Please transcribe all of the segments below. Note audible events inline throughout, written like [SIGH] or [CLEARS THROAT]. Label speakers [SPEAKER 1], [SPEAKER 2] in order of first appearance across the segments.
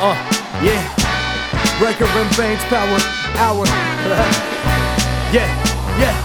[SPEAKER 1] Uh, yeah. Breaker and Bane's power hour. [LAUGHS] yeah, yeah.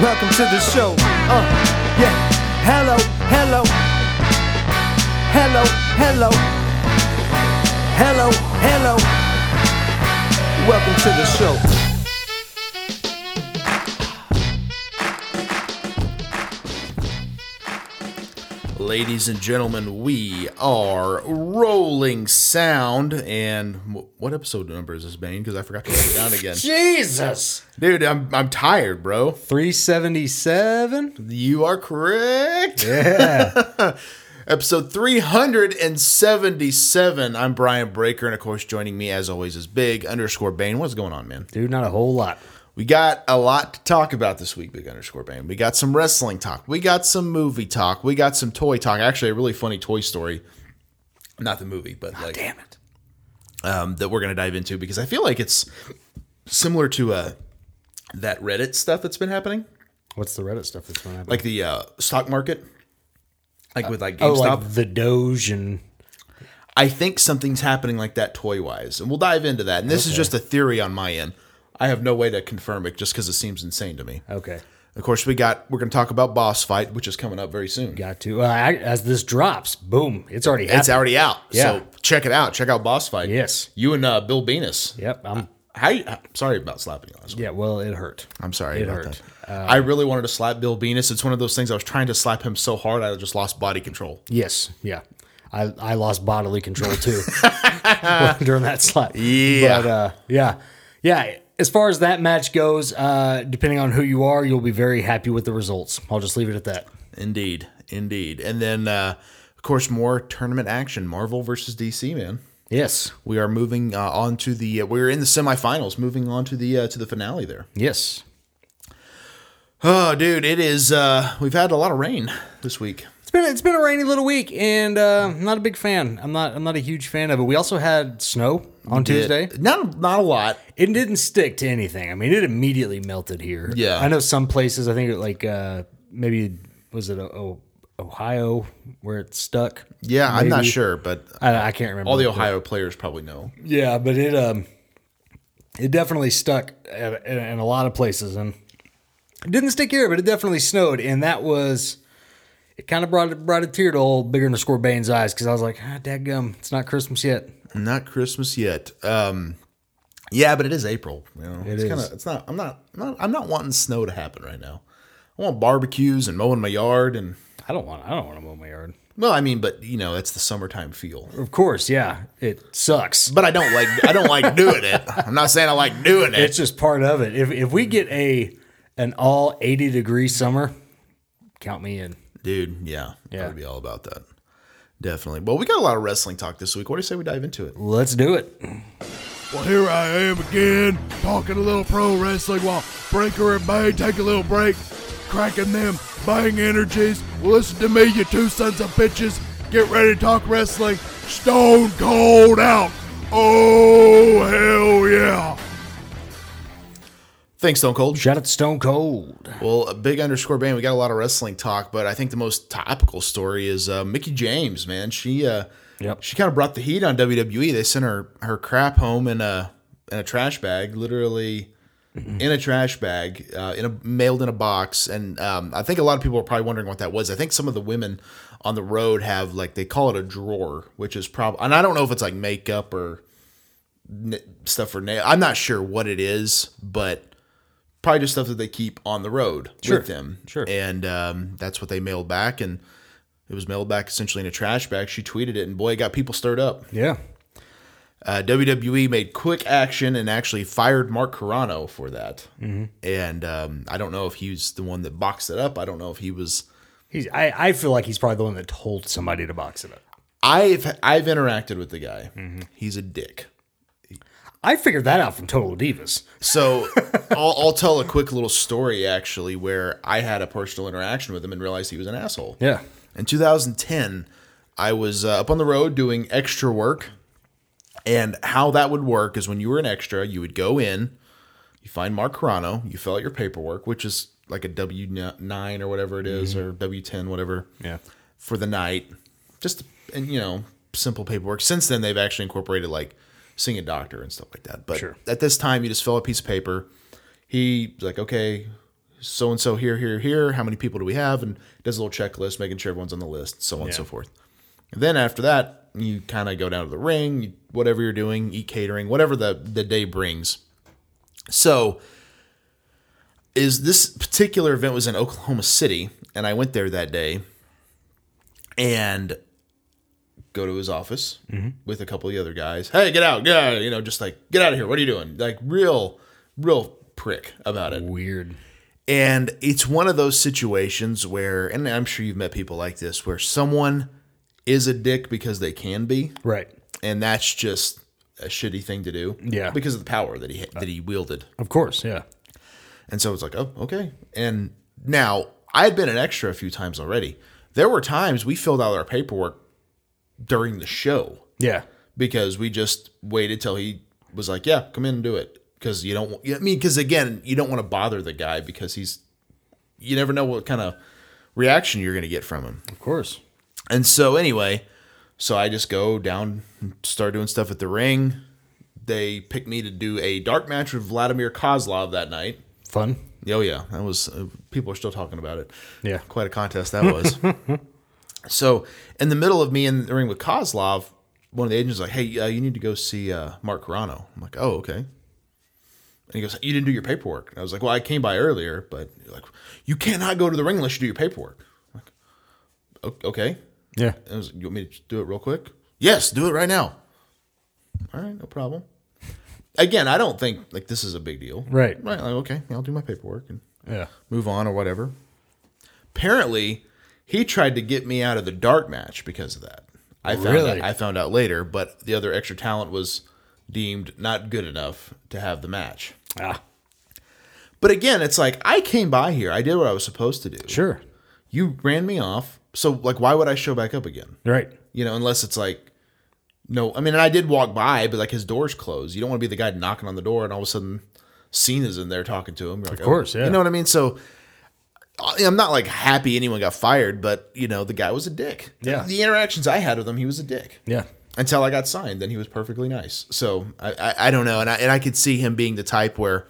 [SPEAKER 1] Welcome to the show. Uh, yeah. Hello, hello. Hello, hello. Hello, hello. Welcome to the show.
[SPEAKER 2] Ladies and gentlemen, we are rolling sound. And wh- what episode number is this, Bane? Because I forgot to write it down again.
[SPEAKER 3] [LAUGHS] Jesus.
[SPEAKER 2] Dude, I'm, I'm tired, bro.
[SPEAKER 3] 377?
[SPEAKER 2] You are correct.
[SPEAKER 3] Yeah.
[SPEAKER 2] [LAUGHS] Episode 377. I'm Brian Breaker. And of course, joining me as always is Big underscore Bane. What's going on, man?
[SPEAKER 3] Dude, not a whole lot.
[SPEAKER 2] We got a lot to talk about this week, Big Underscore Bane. We got some wrestling talk. We got some movie talk. We got some toy talk. Actually, a really funny toy story. Not the movie, but like damn it. Um, that we're gonna dive into because I feel like it's similar to uh that Reddit stuff that's been happening.
[SPEAKER 3] What's the Reddit stuff that's going on?
[SPEAKER 2] Like the uh stock market. Like with like
[SPEAKER 3] oh,
[SPEAKER 2] GameStop.
[SPEAKER 3] like the Doge and
[SPEAKER 2] I think something's happening like that toy wise, and we'll dive into that. And this is just a theory on my end. I have no way to confirm it just because it seems insane to me.
[SPEAKER 3] okay,
[SPEAKER 2] Of course, we got we're going to talk about boss fight, which is coming up very soon.
[SPEAKER 3] got to uh, I, as this drops, boom, it's already happened.
[SPEAKER 2] It's already out,
[SPEAKER 3] Yeah.
[SPEAKER 2] so check it out. Check out boss fight.
[SPEAKER 3] Yes.
[SPEAKER 2] you and uh, Bill Venus.
[SPEAKER 3] Yep, I'm.
[SPEAKER 2] How? You, uh, sorry about slapping you. last week.
[SPEAKER 3] Yeah, well, it hurt.
[SPEAKER 2] I'm sorry
[SPEAKER 3] It Um,
[SPEAKER 2] about
[SPEAKER 3] hurt.
[SPEAKER 2] that. I really wanted to slap Bill Venus. It's one of those things. I was trying to slap him so hard, I just lost body control.
[SPEAKER 3] Yes, yeah, I I lost bodily control [LAUGHS] too during that slap.
[SPEAKER 2] Yeah.
[SPEAKER 3] but uh, yeah, yeah. As far as that match goes, uh, depending on who you are, you'll be very happy with the results. I'll just leave it at that.
[SPEAKER 2] Indeed, indeed. And then, uh, of course, more tournament action. Marvel versus DC, man.
[SPEAKER 3] Yes,
[SPEAKER 2] We are moving uh, on to the. Uh, we're in the semifinals, moving on to the uh, to the finale there.
[SPEAKER 3] yes.
[SPEAKER 2] Oh, dude, it is. Uh, we've had a lot of rain this week.
[SPEAKER 3] It's been it's been a rainy little week, and uh, I'm not a big fan. I'm not I'm not a huge fan of it. We also had snow on Tuesday.
[SPEAKER 2] It- Not not a lot.
[SPEAKER 3] It didn't stick to anything. I mean, it immediately melted here.
[SPEAKER 2] Yeah.
[SPEAKER 3] I know some places. I think like uh, maybe was it uh, O- O- Ohio where it stuck.
[SPEAKER 2] Yeah, I'm not
[SPEAKER 3] Maybe.
[SPEAKER 2] sure, but
[SPEAKER 3] I, I can't remember
[SPEAKER 2] all the Ohio players probably know.
[SPEAKER 3] Yeah, but it um, it definitely stuck at, in, in a lot of places, and it didn't stick here, but it definitely snowed, and that was it. Kind of brought brought a tear to old bigger underscore Bane's eyes because I was like, ah, dadgum, it's not Christmas yet.
[SPEAKER 2] Not Christmas yet. Um, yeah, but it is April. You know, it's
[SPEAKER 3] is.
[SPEAKER 2] kind of. It's not. I'm not, I'm not. I'm not wanting snow to happen right now. I want barbecues and mowing my yard and.
[SPEAKER 3] I don't want I don't want to mow my yard.
[SPEAKER 2] Well, I mean, but you know, that's the summertime feel.
[SPEAKER 3] Of course, yeah, it sucks.
[SPEAKER 2] But I don't like. I don't like doing it. I'm not saying I like doing it.
[SPEAKER 3] It's just part of it. If if we get a an all eighty degree summer, count me in.
[SPEAKER 2] dude. Yeah, yeah,
[SPEAKER 3] Yeah.
[SPEAKER 2] I would be all about that. Definitely. Well, we got a lot of wrestling talk this week. What do you say we dive into it?
[SPEAKER 3] Let's do it.
[SPEAKER 4] Well, here I am again, talking a little pro wrestling while Breaker and Bane take a little break, cracking them bang energies. Well, listen to me, you two sons of bitches. Get ready to talk wrestling. Stone cold out. Oh, hell yeah.
[SPEAKER 2] Thanks, Stone Cold.
[SPEAKER 3] Shout out to Stone Cold.
[SPEAKER 2] Well, a big underscore band. We got a lot of wrestling talk, but I think the most topical story is uh, Mickey James. Man, she uh,
[SPEAKER 3] Yep.
[SPEAKER 2] she kind of brought the E. heat on WWE. They sent her her crap home in a in a trash bag, literally in a trash bag, uh, in a mailed in a box, and um, I think a lot of people are probably wondering what that was. I think some of the women on the road have like they call it a drawer, which is probably, and I don't know if it's like makeup or n- stuff for nail. I'm not sure what it is, but probably just stuff that they keep on the road with them.
[SPEAKER 3] Sure.
[SPEAKER 2] and um, that's what they mailed back, and it was mailed back essentially in a trash bag. She tweeted it, and boy, it got people stirred up.
[SPEAKER 3] Yeah.
[SPEAKER 2] Uh, WWE made quick action and actually fired Mark Carano for that.
[SPEAKER 3] Mm-hmm.
[SPEAKER 2] And um, I don't know if he's the one that boxed it up. I don't know if he was.
[SPEAKER 3] He's, I, I feel like he's probably the one that told somebody to box it up.
[SPEAKER 2] I've I've interacted with the guy.
[SPEAKER 3] Mm-hmm.
[SPEAKER 2] He's a dick.
[SPEAKER 3] I figured that out from Total Divas.
[SPEAKER 2] So [LAUGHS] I'll, I'll tell a quick little story actually where I had a personal interaction with him and realized he was an asshole.
[SPEAKER 3] Yeah.
[SPEAKER 2] In 2010, I was uh, up on the road doing extra work. And how that would work is when you were an extra, you would go in, you find Mark Carano, you fill out your paperwork, which is like a W nine or whatever it is, or W ten, whatever. Yeah. For the night, just and you know simple paperwork. Since then, they've actually incorporated like seeing a doctor and stuff like that. But at this time, you just fill out a piece of paper. He's like, okay, so and so here, here, here. How many people do we have? And does a little checklist, making sure everyone's on the list, so on and so forth. And then after that, you kind of go down to the ring, you- whatever you're doing, eat catering, whatever the, the day brings. So, is this particular event was in Oklahoma City, and I went there that day, and go to his office with a couple of the other guys. Hey, get out, get out, you know, just like get out of here. What are you doing? Like real, real prick about it.
[SPEAKER 3] Weird.
[SPEAKER 2] And it's one of those situations where, and I'm sure you've met people like this, where someone is a dick because they can be,
[SPEAKER 3] Right.
[SPEAKER 2] and that's just a shitty thing to do.
[SPEAKER 3] Yeah.
[SPEAKER 2] because of the power that he that he wielded.
[SPEAKER 3] Of course. Yeah.
[SPEAKER 2] And so it's like, oh, okay. And now I had been an extra a few times already. There were times we filled out our paperwork during the show
[SPEAKER 3] Yeah.
[SPEAKER 2] because we just waited till he was like, "Yeah, come in and do it." Because you don't, I mean, because again, you don't want to bother the guy because he's, you never know what kind of reaction you're going to get from him.
[SPEAKER 3] Of course.
[SPEAKER 2] And so anyway, so I just go down, and start doing stuff at the ring. They pick me to do a dark match with Vladimir Kozlov that night.
[SPEAKER 3] Fun.
[SPEAKER 2] Oh yeah, that was. Uh, people are still talking about it.
[SPEAKER 3] Yeah.
[SPEAKER 2] quite a contest that was. so in the middle of me in the ring with Kozlov, one of the agents is like, "Hey, uh, you need to go see uh, Mark Carano." I'm like, "Oh, okay." And he goes, "You didn't do your paperwork." And I was like, "Well, I came by earlier, but you're like, you cannot go to the ring unless you do your paperwork." I'm like, "O- okay.
[SPEAKER 3] Yeah.
[SPEAKER 2] And I was, you want me to do it real quick? Yes, do it right now. All right, no problem. Again, I don't think like this is a big deal.
[SPEAKER 3] Right.
[SPEAKER 2] Right. Like, okay, I'll do my paperwork and
[SPEAKER 3] Yeah.
[SPEAKER 2] move on or whatever. Apparently, he tried to get me out of the dark match because of that. I found
[SPEAKER 3] Really?
[SPEAKER 2] out, I found out later, but the other extra talent was deemed not good enough to have the match.
[SPEAKER 3] Ah.
[SPEAKER 2] But again, it's like I came by here. I did what I was supposed to do.
[SPEAKER 3] Sure.
[SPEAKER 2] You ran me off. So like why would I show back up again?
[SPEAKER 3] Right.
[SPEAKER 2] You know, unless it's like, no, I mean, and I did walk by, but like his door's closed. You don't want to be the guy knocking on the door and all of a sudden Cena's in there talking to him. You're like, of
[SPEAKER 3] course, yeah.
[SPEAKER 2] You know what I mean? So I- I'm not like happy anyone got fired, but you know, the guy was a dick.
[SPEAKER 3] Yeah.
[SPEAKER 2] The interactions I had with him, he was a dick
[SPEAKER 3] Yeah.
[SPEAKER 2] until I got signed. Then he was perfectly nice. So I, I, I don't know, and I and I could see him being the type where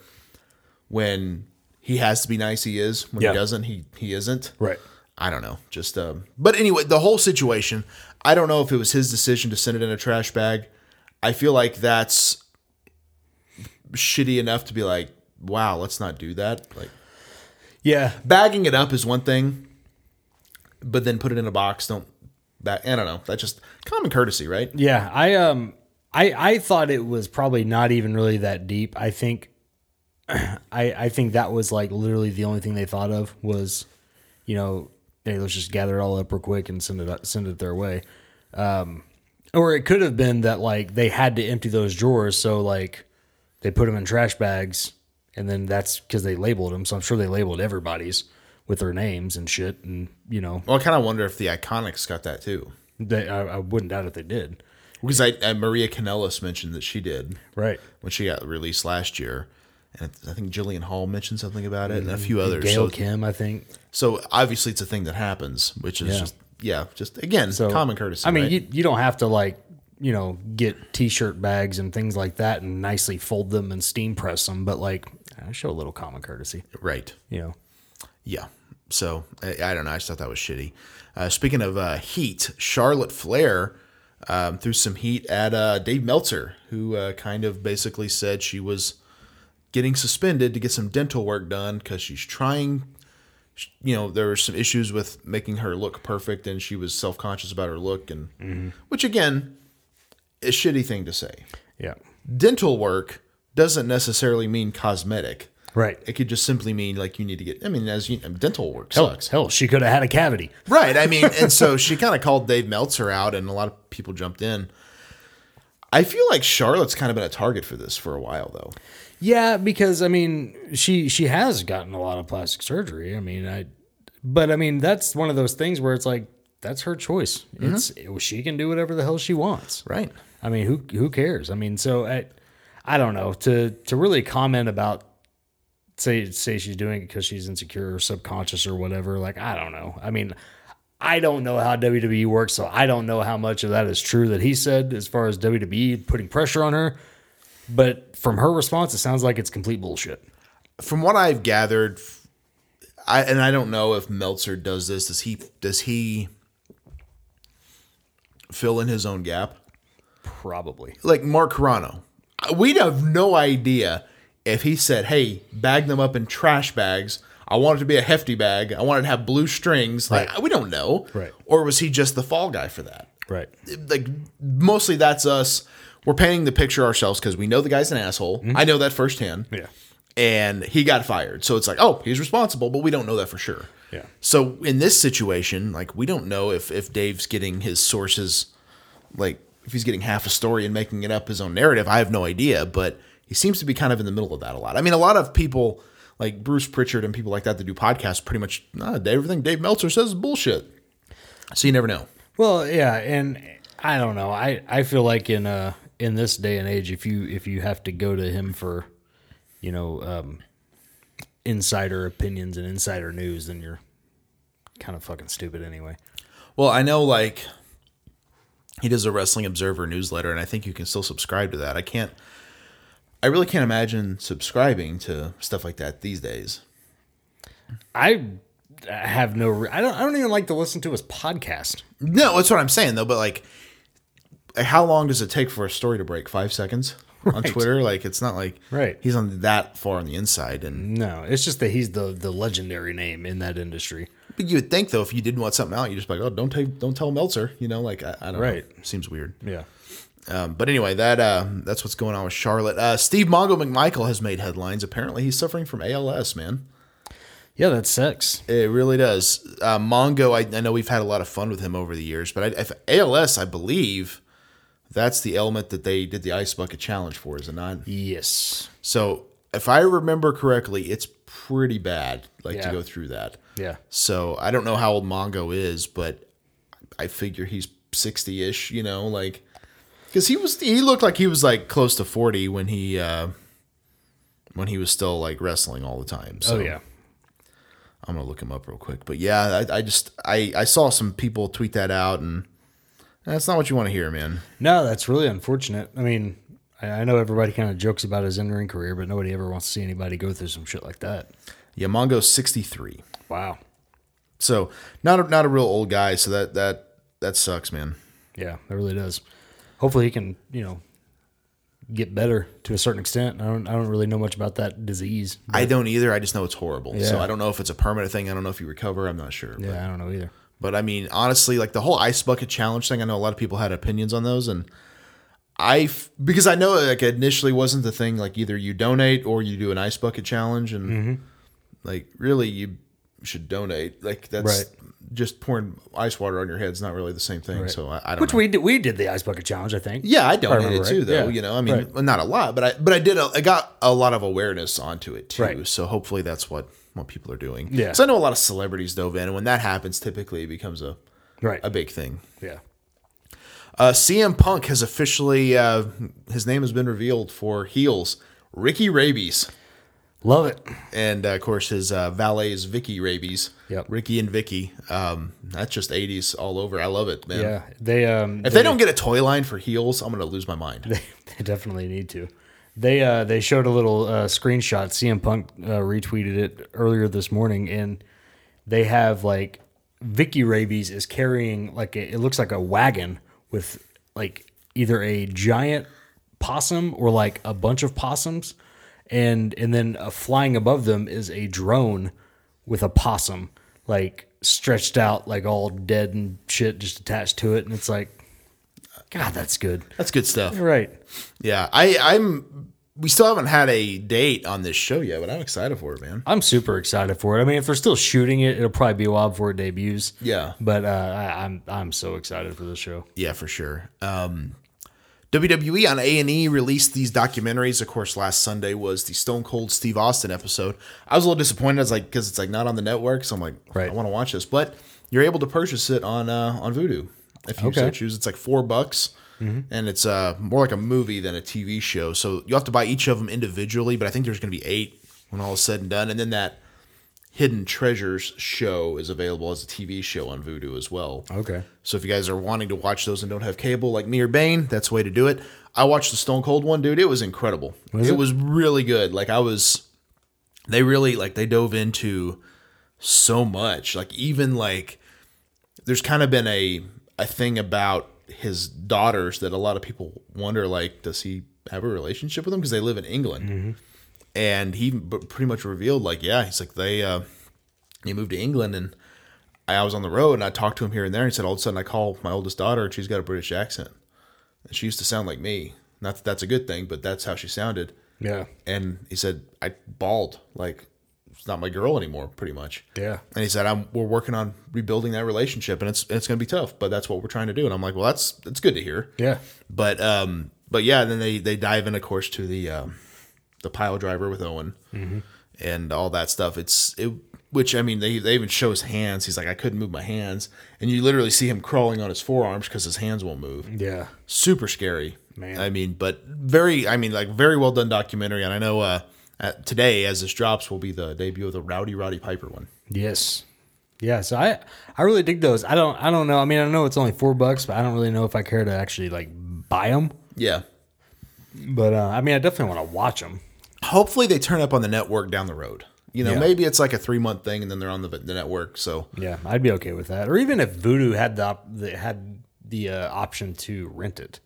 [SPEAKER 2] when he has to be nice, he is. When
[SPEAKER 3] Yeah.
[SPEAKER 2] he doesn't, he he isn't.
[SPEAKER 3] Right.
[SPEAKER 2] I don't know. Just um, but anyway, the whole situation. I don't know if it was his decision to send it in a trash bag. I feel like that's shitty enough to be like, wow, let's not do that. Like
[SPEAKER 3] Yeah.
[SPEAKER 2] bagging it up is one thing, but then put it in a box. Don't. That, I don't know. That's just common courtesy, right?
[SPEAKER 3] Yeah, I um I I thought it was probably not even really that deep. I think [CLEARS THROAT] I I think that was like literally the only thing they thought of was, you know, hey, let's just gather it all up real quick and send it up, send it their way. Um or it could have been that like they had to empty those drawers, so like they put them in trash bags and then that's cuz they labeled them. So I'm sure they labeled everybody's with their names and shit and you know,
[SPEAKER 2] Well, I kind of wonder if the Iconics got that too,
[SPEAKER 3] they, I, I wouldn't doubt if they did.
[SPEAKER 2] because I, I Maria Kanellis mentioned that she did
[SPEAKER 3] Right.
[SPEAKER 2] when she got released last year, and I think Jillian Hall mentioned something about it, and a few others.
[SPEAKER 3] Gail
[SPEAKER 2] so,
[SPEAKER 3] Kim, I think.
[SPEAKER 2] so obviously, it's a thing that happens, which is
[SPEAKER 3] Yeah.
[SPEAKER 2] just yeah, just again
[SPEAKER 3] So-
[SPEAKER 2] common courtesy.
[SPEAKER 3] I mean,
[SPEAKER 2] right?
[SPEAKER 3] you you don't have to like you know get t-shirt bags and things like that and nicely fold them and steam press them, but like I know, show a little common courtesy.
[SPEAKER 2] Right.
[SPEAKER 3] You know,
[SPEAKER 2] Yeah. So I, I don't know. I just thought that was shitty. Uh, speaking of uh, heat, Charlotte Flair um, threw some heat at uh, Dave Meltzer, who uh, kind of basically said she was getting suspended to get some dental work done because she's trying. You know, there were some issues with making her look perfect, and she was self conscious about her look, and
[SPEAKER 3] Mm-hmm.
[SPEAKER 2] which again, a shitty thing to say.
[SPEAKER 3] yeah,
[SPEAKER 2] Dental work doesn't necessarily mean cosmetic.
[SPEAKER 3] right.
[SPEAKER 2] It could just simply mean like you need to get. I mean, as you dental work
[SPEAKER 3] Hell,
[SPEAKER 2] sucks,
[SPEAKER 3] hell, she could have had a cavity.
[SPEAKER 2] right? I mean, and [LAUGHS] so she kind of called Dave Meltzer out, and a lot of people jumped in. I feel like Charlotte's kind of been a target for this for a while, though.
[SPEAKER 3] Yeah, because I mean, she she has gotten a lot of plastic surgery. I mean, I, but I mean, that's one of those things where it's like that's her choice.
[SPEAKER 2] Mm-hmm.
[SPEAKER 3] It's she can do whatever the hell she wants.
[SPEAKER 2] Right?
[SPEAKER 3] I mean, who who cares? I mean, so I, I don't know to to really comment about say say she's doing it because she's insecure or subconscious or whatever. Like I don't know. I mean, I don't know how WWE works, so I don't know how much of that is true that he said as far as WWE putting pressure on her. But from her response, it sounds like it's complete bullshit.
[SPEAKER 2] From what I've gathered, I and I don't know if Meltzer does this. Does he? Does he fill in his own gap?
[SPEAKER 3] Probably.
[SPEAKER 2] Like Mark Carano, we'd have no idea if he said, "Hey, bag them up in trash bags." I want it to be a hefty bag. I want it to have blue strings. Like we don't know,
[SPEAKER 3] Right.
[SPEAKER 2] Or was he just the fall guy for that?
[SPEAKER 3] Right.
[SPEAKER 2] like mostly that's us. We're painting the picture ourselves because we know the guy's an asshole. I know that firsthand.
[SPEAKER 3] Mm-hmm. Yeah.
[SPEAKER 2] And he got fired. So it's like, oh, he's responsible, but we don't know that for sure.
[SPEAKER 3] Yeah.
[SPEAKER 2] So in this situation, like we don't know if if Dave's getting his sources like if he's getting half a story and making it up his own narrative, I have no idea, but he seems to be kind of in the middle of that a lot. I mean, a lot of people like Bruce Pritchard and people like that that do podcasts pretty much nah, everything Dave Meltzer says is bullshit. So you never know.
[SPEAKER 3] Well, yeah, and I don't know. I I feel like in uh in this day and age, if you if you have to go to him for, you know, um, insider opinions and insider news, then you're kind of fucking stupid anyway.
[SPEAKER 2] Well, I know like he does a Wrestling Observer newsletter, and I think you can still subscribe to that. I can't, I really can't imagine subscribing to stuff like that these days.
[SPEAKER 3] I have no. Re- I don't. I don't even like to listen to his podcast.
[SPEAKER 2] No, that's what I'm saying though. But like, how long does it take for a story to break? Five
[SPEAKER 3] [LAUGHS]
[SPEAKER 2] seconds on Twitter? Like, it's not like
[SPEAKER 3] Right.
[SPEAKER 2] He's on that far on the inside, and
[SPEAKER 3] No, it's just that he's the the legendary name in that industry.
[SPEAKER 2] but you would think though, if you didn't want something out, you just be like, oh, don't take, don't tell Meltzer. You know, like I, I don't
[SPEAKER 3] Right.
[SPEAKER 2] know. Seems weird.
[SPEAKER 3] Yeah.
[SPEAKER 2] Um, but anyway, that uh, that's what's going on with Charlotte. Uh, Steve Mongo McMichael has made headlines. Apparently, he's suffering from ALS. Man,
[SPEAKER 3] Yeah, that sucks.
[SPEAKER 2] it really does. Uh, Mongo, I, I know we've had a lot of fun with him over the years, but I, if ALS, I believe that's the element that they did the ice bucket challenge for, is it not?
[SPEAKER 3] Yes.
[SPEAKER 2] So, if I remember correctly, it's pretty bad, like to
[SPEAKER 3] Yeah.
[SPEAKER 2] go through that.
[SPEAKER 3] Yeah.
[SPEAKER 2] So I don't know how old Mongo is, but I figure he's sixty ish. You know, like because he was he looked like he was like close to forty when he uh, when he was still like wrestling all the time. So
[SPEAKER 3] Oh yeah.
[SPEAKER 2] I'm gonna look him up real quick. But yeah, I, I just I I saw some people tweet that out and. That's not what you want to hear, man.
[SPEAKER 3] No, that's really unfortunate. I mean, I, I know everybody kind of jokes about his in-ring career, but nobody ever wants to see anybody go through some shit like that.
[SPEAKER 2] Yeah, Mongo's 63.
[SPEAKER 3] Wow.
[SPEAKER 2] So, not a, not a real old guy, so that that that sucks, man.
[SPEAKER 3] Yeah, that really does. Hopefully, he can you know get better to a certain extent. I don't. I don't really know much about that disease.
[SPEAKER 2] I don't either. I just know it's horrible. So
[SPEAKER 3] Yeah.
[SPEAKER 2] I don't know if it's a permanent thing. I don't know if you recover. I'm not sure. But,
[SPEAKER 3] Yeah, I don't know either.
[SPEAKER 2] but I mean, honestly, like the whole ice bucket challenge thing, I know a lot of people had opinions on those, and I f- because I know like initially wasn't the thing. Like either you donate or you do an ice bucket challenge, and
[SPEAKER 3] Mm-hmm.
[SPEAKER 2] like really you should donate. Like that's just pouring ice water on your head is not really the same thing. So I, I don't.
[SPEAKER 3] Which
[SPEAKER 2] know.
[SPEAKER 3] we did, we did the ice bucket challenge, I think.
[SPEAKER 2] Yeah, I
[SPEAKER 3] remember
[SPEAKER 2] donated it too,
[SPEAKER 3] right.
[SPEAKER 2] though.
[SPEAKER 3] Yeah.
[SPEAKER 2] You know, I mean,
[SPEAKER 3] Right.
[SPEAKER 2] well, not a lot, but I but I did. A, I got a lot of awareness onto it too.
[SPEAKER 3] Right.
[SPEAKER 2] So hopefully that's what what people are doing.
[SPEAKER 3] Yeah.
[SPEAKER 2] So I know a lot of celebrities dove in, and when that happens, typically it becomes a
[SPEAKER 3] Right.
[SPEAKER 2] a big thing.
[SPEAKER 3] Yeah.
[SPEAKER 2] Uh, CM Punk has officially uh, his name has been revealed for heels, Ricky Rabies,
[SPEAKER 3] Love it.
[SPEAKER 2] and uh, of course his uh, valet is Vicky Rabies.
[SPEAKER 3] Yep.
[SPEAKER 2] Ricky and Vicky. Um, that's just '80s all over. I love it, man.
[SPEAKER 3] Yeah. They um [LAUGHS]
[SPEAKER 2] If they don't get a toy line for heels, I'm gonna lose my mind.
[SPEAKER 3] They definitely need to. They uh, they showed a little uh, screenshot. CM Punk uh, retweeted it earlier this morning, and they have like Vicky Rabies is carrying like a, it looks like a wagon with like either a giant possum or like a bunch of possums, and and then uh, flying above them is a drone with a possum like stretched out like all dead and shit just attached to it, and it's like, God, that's good.
[SPEAKER 2] That's good stuff.
[SPEAKER 3] Right.
[SPEAKER 2] Yeah, I, I'm. We still haven't had a date on this show yet, but I'm excited for it, man.
[SPEAKER 3] I'm super excited for it. I mean, if they're still shooting it, it'll probably be a while before it debuts.
[SPEAKER 2] Yeah.
[SPEAKER 3] But uh, I, I'm I'm so excited for this show.
[SPEAKER 2] Yeah, for sure. Um, WWE on A and E released these documentaries. Of course, last Sunday was the Stone Cold Steve Austin episode. I was a little disappointed. I was like, because it's like not on the network, so I'm like,
[SPEAKER 3] Right.
[SPEAKER 2] I want to watch this. But you're able to purchase it on uh, on Vudu if you so
[SPEAKER 3] Okay. Mm-hmm.
[SPEAKER 2] choose. It's like four bucks, and it's uh, more like a movie than a TV show. So you have to buy each of them individually. But I think there's going to be eight when all is said and done. And then that Hidden Treasures show is available as a TV show on Vudu as well.
[SPEAKER 3] Okay.
[SPEAKER 2] So if you guys are wanting to watch those and don't have cable like me or Bane, that's the way to do it. I watched the Stone Cold one, dude. It was incredible. it, was really good. Like I was they really like they dove into so much. Like even like there's kind of been a a thing about his daughters that a lot of people wonder like does he have a relationship with them because they live in England. And he b- pretty much revealed like yeah, he's like they uh he moved to England and I was on the road and I talked to him here and there. And he said, all of a sudden, I call my oldest daughter and she's got a British accent. And she used to sound like me. Not that that's a good thing, but that's how she sounded.
[SPEAKER 3] Yeah.
[SPEAKER 2] And he said, I bawled. Like, it's not my girl anymore, pretty much.
[SPEAKER 3] Yeah.
[SPEAKER 2] And he said, I'm, we're working on rebuilding that relationship and it's, it's going to be tough, but that's what we're trying to do. And I'm like, well, that's, that's good to hear.
[SPEAKER 3] Yeah.
[SPEAKER 2] But, um, but yeah, then they, they dive in, of course, to the, um, the pile driver with Owen
[SPEAKER 3] Mm-hmm.
[SPEAKER 2] and all that stuff. It's it, which I mean, they they even show his hands. He's like, I couldn't move my hands, and you literally see him crawling on his forearms because his hands won't move.
[SPEAKER 3] Yeah.
[SPEAKER 2] Super scary,
[SPEAKER 3] Man.
[SPEAKER 2] I mean, but very, I mean, like very well done documentary. And I know uh, at, today, as this drops, will be the debut of the Rowdy Roddy Piper one.
[SPEAKER 3] Yes. Yeah. So I I really dig those. I don't I don't know. I mean, I know it's only four bucks, but I don't really know if I care to actually like buy them.
[SPEAKER 2] Yeah,
[SPEAKER 3] But uh, I mean, I definitely want to watch them.
[SPEAKER 2] hopefully they turn up on the network down the road. You know,
[SPEAKER 3] Yeah.
[SPEAKER 2] maybe it's like a three month thing, and then they're on the, the network. So
[SPEAKER 3] Yeah, I'd be okay with that. Or even if Voodoo had the op- the had the uh, option to rent it.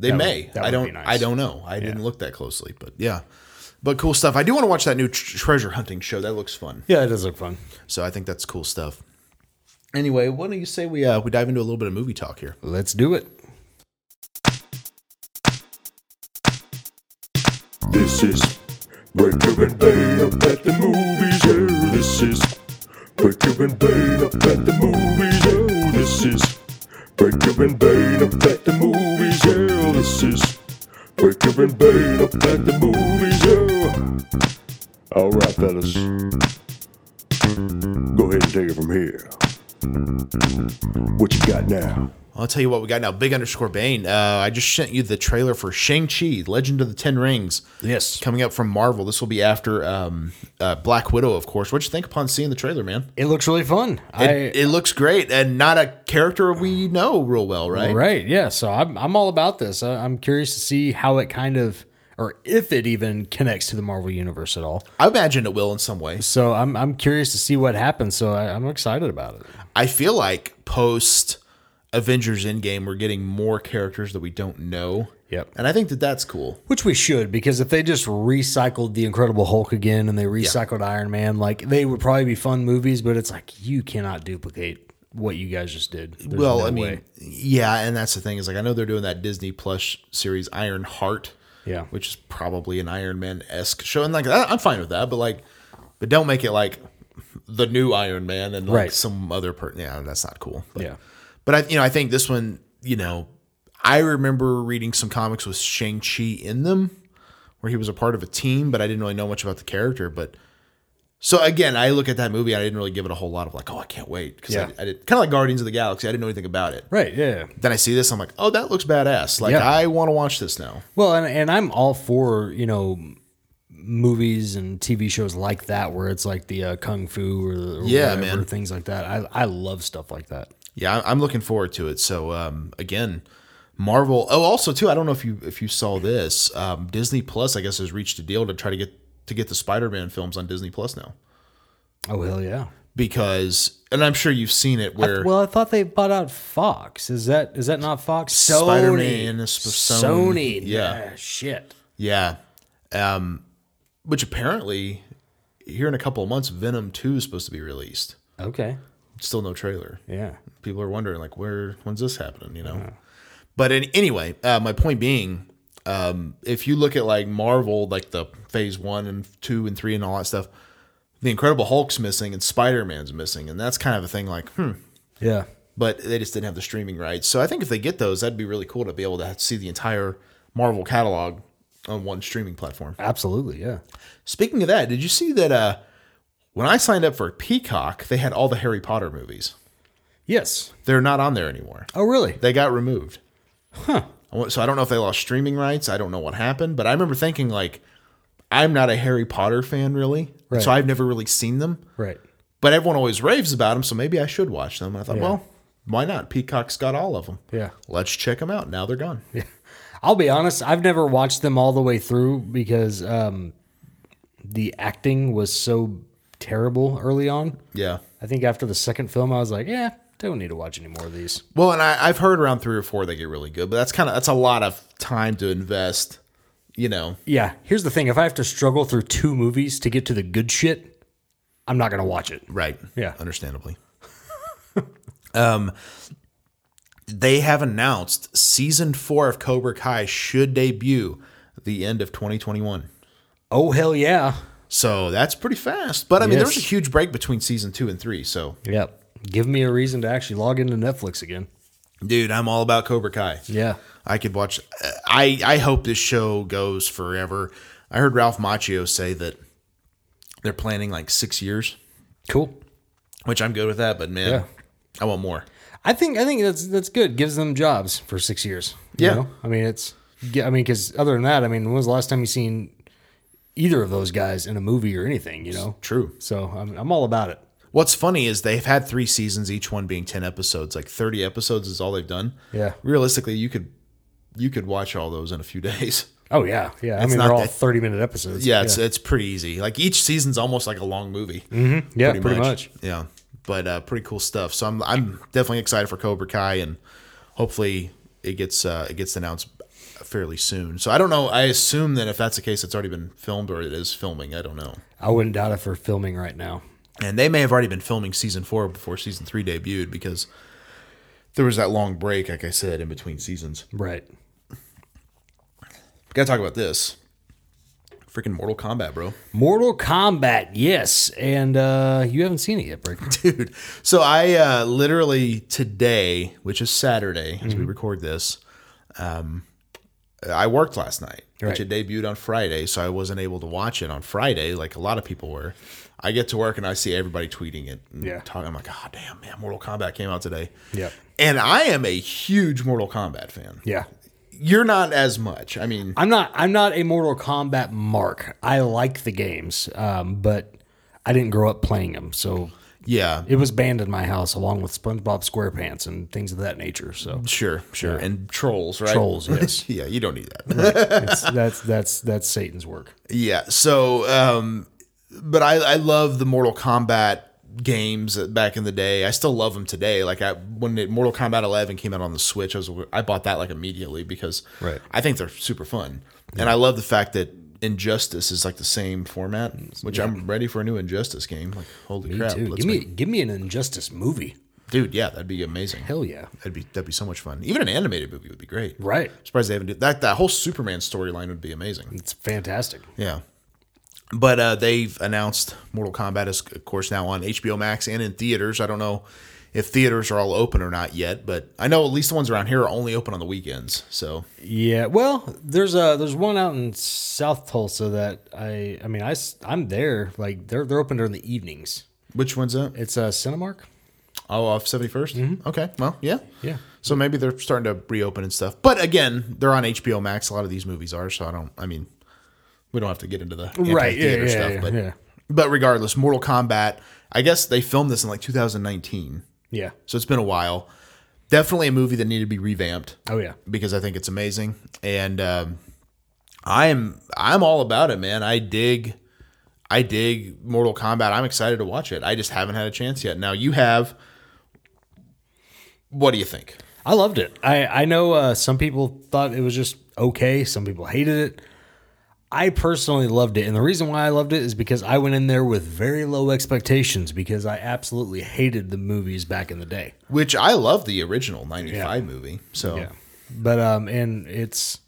[SPEAKER 2] They
[SPEAKER 3] That would-
[SPEAKER 2] may.
[SPEAKER 3] that
[SPEAKER 2] I
[SPEAKER 3] would
[SPEAKER 2] don't.
[SPEAKER 3] be nice.
[SPEAKER 2] I don't know. I didn't look that closely, but yeah. But cool stuff. I do want to watch that new tr- treasure hunting show. That looks fun.
[SPEAKER 3] Yeah, it does look fun.
[SPEAKER 2] So I think that's cool stuff. Anyway, why don't you say we uh, we dive into a little bit of movie talk here?
[SPEAKER 3] Let's do it.
[SPEAKER 5] This is Break and Bane up at the movies. Yeah, this is Break and Bane up at the movies. Yeah, this is Break and Bane up at the movies. Yeah, this is Break and Bane up at the movies. Yeah. All right, fellas. Go ahead and take it from here. What you got now?
[SPEAKER 2] I'll tell you what we got now. Big underscore Bane. Uh, I just sent you the trailer for Shang Chi, Legend of the Ten Rings.
[SPEAKER 3] Yes.
[SPEAKER 2] coming up from Marvel. This will be after um, uh, Black Widow, of course. What'd you think upon seeing the trailer, man?
[SPEAKER 3] It looks really fun. I
[SPEAKER 2] It, it looks great, and not a character we know real well, right?
[SPEAKER 3] Right. Yeah. So I'm, I'm all about this. I, I'm curious to see how it kind of, or if it even connects to the Marvel Universe at all.
[SPEAKER 2] I imagine it will in some way.
[SPEAKER 3] So I'm, I'm curious to see what happens. So I, I'm excited about it.
[SPEAKER 2] I feel like post Avengers Endgame, we're getting more characters that we don't know.
[SPEAKER 3] Yep.
[SPEAKER 2] And I think that that's cool.
[SPEAKER 3] Which we should, because if they just recycled the Incredible Hulk again and they recycled Iron Man, like they would probably be fun movies, but it's like you cannot duplicate what you guys just did. There's
[SPEAKER 2] well,
[SPEAKER 3] no
[SPEAKER 2] I mean,
[SPEAKER 3] way.
[SPEAKER 2] yeah, and that's the thing is like I know they're doing that Disney Plus series Iron Heart,
[SPEAKER 3] yeah.
[SPEAKER 2] which is probably an Iron Man esque show, and like I- I'm fine with that, but like, but don't make it like the new Iron Man and like
[SPEAKER 3] Right.
[SPEAKER 2] some other person. Yeah, that's not cool. But
[SPEAKER 3] yeah.
[SPEAKER 2] But I, you know, I think this one, you know, I remember reading some comics with Shang Chi in them, where he was a part of a team, but I didn't really know much about the character. But so again, I look at that movie, and I didn't really give it a whole lot of like, oh, I can't wait because
[SPEAKER 3] Yeah.
[SPEAKER 2] I, I did kind of like Guardians of the Galaxy. I didn't know anything about it.
[SPEAKER 3] Right. Yeah.
[SPEAKER 2] Then I see this, I'm like, oh, that looks badass. Like
[SPEAKER 3] Yeah.
[SPEAKER 2] I want to watch this now.
[SPEAKER 3] Well, and, and I'm all for you know movies and TV shows like that where it's like the uh, kung fu or, the- or
[SPEAKER 2] Yeah,
[SPEAKER 3] whatever,
[SPEAKER 2] man.
[SPEAKER 3] things like that. I I love stuff like that.
[SPEAKER 2] Yeah, I- I'm looking forward to it. So um, again, Marvel. Oh, also too, I don't know if you if you saw this. Um, Disney Plus, I guess, has reached a deal to try to get to get the Spider Man films on Disney Plus now
[SPEAKER 3] Oh hell yeah.
[SPEAKER 2] because, and I'm sure you've seen it where
[SPEAKER 3] Well, I thought they bought out Fox. Is that is that not Fox? Sony.
[SPEAKER 2] Spider-Man is for Sony.
[SPEAKER 3] Sony.
[SPEAKER 2] Yeah.
[SPEAKER 3] Ah, shit.
[SPEAKER 2] yeah, um, which apparently here in a couple of months, Venom Two is supposed to be released.
[SPEAKER 3] Okay.
[SPEAKER 2] Still no trailer.
[SPEAKER 3] Yeah.
[SPEAKER 2] people are wondering like where when's this happening you know but in, anyway uh, my point being um, if you look at like marvel like the phase one and two and three and all that stuff the incredible hulk's missing and spider-man's missing and that's kind of a thing like hmm
[SPEAKER 3] Yeah.
[SPEAKER 2] but they just didn't have the streaming rights so i think if they get those that'd be really cool to be able to see the entire marvel catalog on one streaming platform
[SPEAKER 3] Absolutely. Yeah.
[SPEAKER 2] speaking of that did you see that uh, when i signed up for peacock they had all the harry potter movies
[SPEAKER 3] Yes.
[SPEAKER 2] they're not on there anymore
[SPEAKER 3] Oh really?
[SPEAKER 2] they got removed. Huh. I wa- So I don't know if they lost streaming rights. I don't know what happened, but I remember thinking like, I'm not a Harry Potter fan really,
[SPEAKER 3] Right.
[SPEAKER 2] so I've never really seen them.
[SPEAKER 3] Right.
[SPEAKER 2] But everyone always raves about them, so maybe I should watch them. And I thought, well, why not? Peacock's got all of them.
[SPEAKER 3] Yeah.
[SPEAKER 2] let's check them out. Now they're gone.
[SPEAKER 3] I'll be honest. I've never watched them all the way through because um, the acting was so terrible early on.
[SPEAKER 2] Yeah.
[SPEAKER 3] I think after the second film, I was like, yeah, don't need to watch any more of these.
[SPEAKER 2] Well, and I, I've heard around three or four they get really good, but that's kind of that's a lot of time to invest. You know,
[SPEAKER 3] Yeah. Here's the thing: if I have to struggle through two movies to get to the good shit, I'm not gonna watch it.
[SPEAKER 2] Right.
[SPEAKER 3] Yeah.
[SPEAKER 2] Understandably. [LAUGHS] um, they have announced season four of Cobra Kai should debut the end of 2021.
[SPEAKER 3] Oh hell yeah.
[SPEAKER 2] So that's pretty fast. But I mean, there was a
[SPEAKER 3] Yes.
[SPEAKER 2] huge break between season two and three. So,
[SPEAKER 3] Yep. Give me a reason to actually log into Netflix again.
[SPEAKER 2] dude, I'm all about Cobra Kai.
[SPEAKER 3] Yeah.
[SPEAKER 2] I could watch. uh, I I hope this show goes forever. I heard Ralph Macchio say that they're planning like six years,
[SPEAKER 3] Cool.
[SPEAKER 2] which I'm good with that. But man,
[SPEAKER 3] Yeah.
[SPEAKER 2] I want more.
[SPEAKER 3] I think I think that's that's good. Gives them jobs for six years. you
[SPEAKER 2] Yeah.
[SPEAKER 3] know? I mean it's yeah, I mean because other than that, I mean when was the last time you seen either of those guys in a movie or anything? You know.
[SPEAKER 2] True.
[SPEAKER 3] So I'm I'm all about it.
[SPEAKER 2] What's funny is they've had three seasons, each one being ten episodes. Like thirty episodes is all they've done.
[SPEAKER 3] Yeah.
[SPEAKER 2] Realistically, you could you could watch all those in a few [LAUGHS] days.
[SPEAKER 3] Oh yeah, yeah. I mean
[SPEAKER 2] not
[SPEAKER 3] they're all
[SPEAKER 2] that-
[SPEAKER 3] thirty minute episodes.
[SPEAKER 2] Yeah, it's it's pretty easy. Like each season's almost like a long movie.
[SPEAKER 3] yeah, Mm-hmm. pretty, much.
[SPEAKER 2] Yeah. But uh, pretty cool stuff. So I'm I'm definitely excited for Cobra Kai and hopefully it gets uh, it gets announced fairly soon. So I don't know. I assume that if that's the case, it's already been filmed or it is filming. I don't know.
[SPEAKER 3] I wouldn't doubt it for filming right now.
[SPEAKER 2] and they may have already been filming season four before season three debuted because there was that long break, like I said, in between seasons.
[SPEAKER 3] Right.
[SPEAKER 2] Gotta talk about this. Freaking Mortal Kombat, bro. [LAUGHS]
[SPEAKER 3] Mortal Kombat, yes, and uh you haven't seen it yet,
[SPEAKER 2] [LAUGHS]
[SPEAKER 3] Brick.
[SPEAKER 2] Dude. So I uh, literally today, which is Saturday as
[SPEAKER 3] Mm-hmm.
[SPEAKER 2] we record this, um, I worked last night,
[SPEAKER 3] Right.
[SPEAKER 2] which it debuted on Friday. So I wasn't able to watch it on Friday like a lot of people were. I get to work and I see everybody tweeting it. And
[SPEAKER 3] Yeah.
[SPEAKER 2] Talking. I'm like, God damn, man, Mortal Kombat came out today.
[SPEAKER 3] Yep.
[SPEAKER 2] And I am a huge Mortal Kombat fan.
[SPEAKER 3] Yeah.
[SPEAKER 2] You're not as much. I mean,
[SPEAKER 3] I'm not. I'm not a Mortal Kombat mark. I like the games, um, but I didn't grow up playing them, so
[SPEAKER 2] yeah,
[SPEAKER 3] it was banned in my house along with SpongeBob SquarePants and things of that nature. So
[SPEAKER 2] sure, sure. And trolls, right? [LAUGHS]
[SPEAKER 3] Trolls, yes.
[SPEAKER 2] yeah, you don't need that. [LAUGHS]
[SPEAKER 3] it's, [LAUGHS] that's that's that's Satan's work.
[SPEAKER 2] Yeah. So, um, but I, I love the Mortal Kombat games back in the day. I still love them today. Like I, when it, Mortal Kombat 11 came out on the Switch, I was I bought that like immediately because
[SPEAKER 3] Right.
[SPEAKER 2] I think they're super fun, and I love the fact that Injustice is like the same format, which I'm ready for a new Injustice game. Like holy
[SPEAKER 3] Me
[SPEAKER 2] crap,
[SPEAKER 3] too.
[SPEAKER 2] let's
[SPEAKER 3] give me
[SPEAKER 2] make-
[SPEAKER 3] give me an Injustice movie.
[SPEAKER 2] dude, yeah, that'd be amazing.
[SPEAKER 3] Hell yeah.
[SPEAKER 2] That'd be that'd be so much fun. Even an animated movie would be great.
[SPEAKER 3] Right.
[SPEAKER 2] surprised they haven't did that. That whole Superman storyline would be amazing.
[SPEAKER 3] It's fantastic.
[SPEAKER 2] Yeah. But uh, they've announced Mortal Kombat is, of course, now on HBO Max and in theaters. I don't know if theaters are all open or not yet, but I know at least the ones around here are only open on the weekends. So,
[SPEAKER 3] Yeah. Well, there's a there's one out in South Tulsa that I I mean I am there like they're they're open during the evenings.
[SPEAKER 2] which one's that?
[SPEAKER 3] It's a uh, Cinemark.
[SPEAKER 2] Oh, off 71st? Okay. Well, yeah.
[SPEAKER 3] Yeah.
[SPEAKER 2] So maybe they're starting to reopen and stuff. But again, they're on HBO Max. A lot of these movies are. So I don't, I mean, we don't have to get into the
[SPEAKER 3] Right, yeah,
[SPEAKER 2] anti-theater
[SPEAKER 3] yeah,
[SPEAKER 2] stuff.
[SPEAKER 3] yeah,
[SPEAKER 2] but,
[SPEAKER 3] yeah.
[SPEAKER 2] but regardless, Mortal Kombat, I guess they filmed this in like 2019.
[SPEAKER 3] Yeah.
[SPEAKER 2] So it's been a while. Definitely a movie that needed to be revamped
[SPEAKER 3] Oh yeah.
[SPEAKER 2] because I think it's amazing, and um, I am I'm all about it, man. I dig, I dig Mortal Kombat. I'm excited to watch it. I just haven't had a chance yet. Now you have. What do you think?
[SPEAKER 3] I loved it. I, I know uh, some people thought it was just okay. Some people hated it. I personally loved it. And the reason why I loved it is because I went in there with very low expectations because I absolutely hated the movies back in the day.
[SPEAKER 2] Which I love the original '95 movie. So,
[SPEAKER 3] But, um, and it's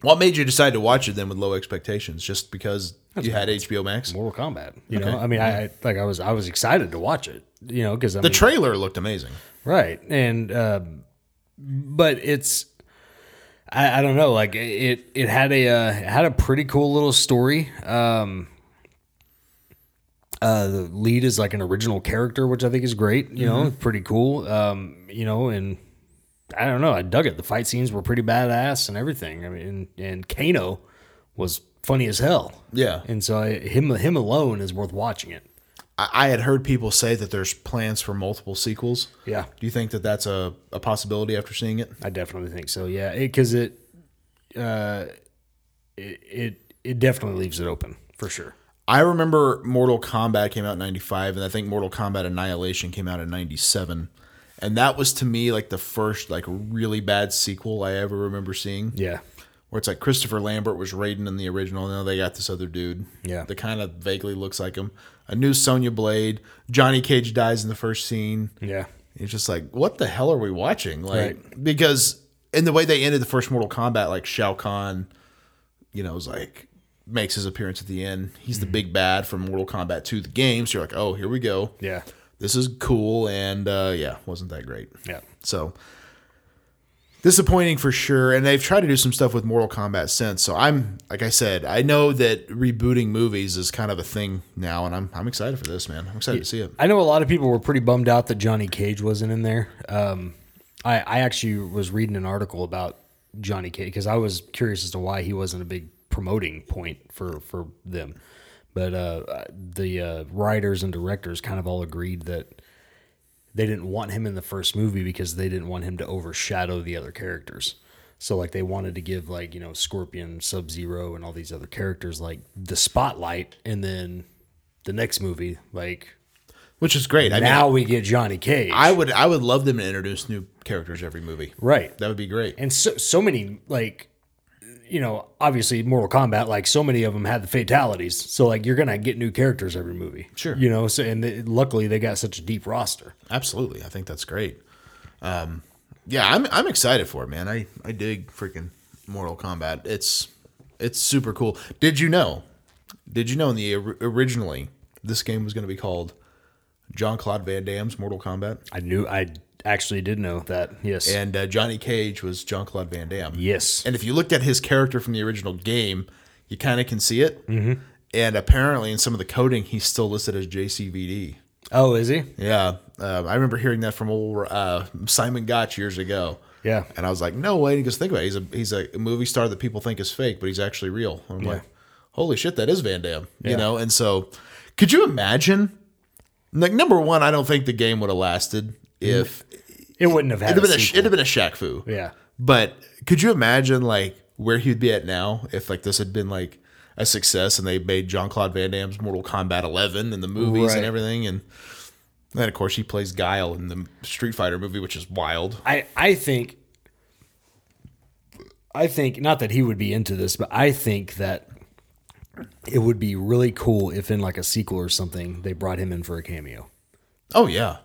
[SPEAKER 2] what made you decide to watch it then with low expectations? Just because you had HBO Max?
[SPEAKER 3] Mortal Kombat. You know, I mean, I, I like I was, I was excited to watch it, you know, because I
[SPEAKER 2] The
[SPEAKER 3] mean,
[SPEAKER 2] trailer looked amazing.
[SPEAKER 3] right and um but it's I, I don't know like it it had a uh, it had a pretty cool little story um uh the lead is like an original character which i think is great you know pretty cool um you know and i don't know i dug it the fight scenes were pretty badass and everything i mean and, and kano was funny as hell
[SPEAKER 2] Yeah.
[SPEAKER 3] and so I, him him alone is worth watching it
[SPEAKER 2] I, I had heard people say that there's plans for multiple sequels.
[SPEAKER 3] yeah
[SPEAKER 2] Do you think that that's a, a possibility after seeing it?
[SPEAKER 3] I definitely think so. Yeah, because it, uh, it, it it definitely leaves it open for sure.
[SPEAKER 2] I remember Mortal Kombat came out in 95, and I think Mortal Kombat Annihilation came out in 97. And that was to me like the first like really bad sequel I ever remember seeing.
[SPEAKER 3] Yeah,
[SPEAKER 2] Where it's like Christopher Lambert was Raiden in the original, and now they got this other dude.
[SPEAKER 3] Yeah.
[SPEAKER 2] That kind of vaguely looks like him. A new Sonya Blade. Johnny Cage dies in the first scene.
[SPEAKER 3] yeah,
[SPEAKER 2] It's just like, what the hell are we watching? Like, because in the way they ended the first Mortal Kombat, like Shao Kahn, you know, is like makes his appearance at the end. He's
[SPEAKER 3] Mm-hmm.
[SPEAKER 2] the big bad from Mortal Kombat 2, the game. So you're like, oh, here we go.
[SPEAKER 3] yeah,
[SPEAKER 2] This is cool. And uh, yeah, wasn't that great.
[SPEAKER 3] yeah.
[SPEAKER 2] So disappointing for sure. And they've tried to do some stuff with Mortal Kombat since. So I'm, like I said, I know that rebooting movies is kind of a thing now. And I'm, I'm excited for this, man. I'm excited to see it.
[SPEAKER 3] I know a lot of people were pretty bummed out that Johnny Cage wasn't in there. Um, I I actually was reading an article about Johnny Cage because I was curious as to why he wasn't a big promoting point for for them. But uh, the uh, writers and directors kind of all agreed that they didn't want him in the first movie because they didn't want him to overshadow the other characters. So like they wanted to give like you know Scorpion, Sub Zero, and all these other characters like the spotlight, and then the next movie like
[SPEAKER 2] Which is great. I mean,
[SPEAKER 3] now we get Johnny Cage.
[SPEAKER 2] I would I would love them to introduce new characters every movie.
[SPEAKER 3] right.
[SPEAKER 2] That would be great.
[SPEAKER 3] And so so many like you know, obviously Mortal Kombat like so many of them had the fatalities. So like you're going to get new characters every movie.
[SPEAKER 2] Sure.
[SPEAKER 3] You know, so and th- luckily they got such a deep roster.
[SPEAKER 2] Absolutely. I think that's great. Um, yeah, I'm I'm excited for it, man. I I dig freaking Mortal Kombat. It's it's super cool. Did you know? Did you know in the or- originally this game was going to be called John Claude Van Damme's Mortal Kombat,
[SPEAKER 3] I knew I actually did know that. Yes.
[SPEAKER 2] and uh, Johnny Cage was John Claude Van Damme.
[SPEAKER 3] yes.
[SPEAKER 2] And if you looked at his character from the original game, you kind of can see it. Mm-hmm. And apparently, in some of the coding, he's still listed as JCVD.
[SPEAKER 3] oh, is he?
[SPEAKER 2] Yeah, um, I remember hearing that from old uh, Simon Gotch years ago.
[SPEAKER 3] Yeah.
[SPEAKER 2] and I was like, "No way!" And he goes, "Think about it. He's a he's a movie star that people think is fake, but he's actually real." And I'm like, "Holy shit, that is Van Damme!" You know. And so, could you imagine? Like number one, I don't think the game would have lasted if
[SPEAKER 3] It wouldn't have had
[SPEAKER 2] it'd have
[SPEAKER 3] a
[SPEAKER 2] been a, sh-
[SPEAKER 3] sequel.
[SPEAKER 2] it'd have been a Shaq Fu.
[SPEAKER 3] Yeah.
[SPEAKER 2] But could you imagine like where he'd be at now if like this had been like a success and they made John Claude Van Damme's Mortal Kombat 11 and the movies
[SPEAKER 3] Right.
[SPEAKER 2] and everything and then of course he plays Guile in the Street Fighter movie which is wild.
[SPEAKER 3] I I think I think not that he would be into this, but I think that it would be really cool if in like a sequel or something they brought him in for a cameo.
[SPEAKER 2] Oh yeah.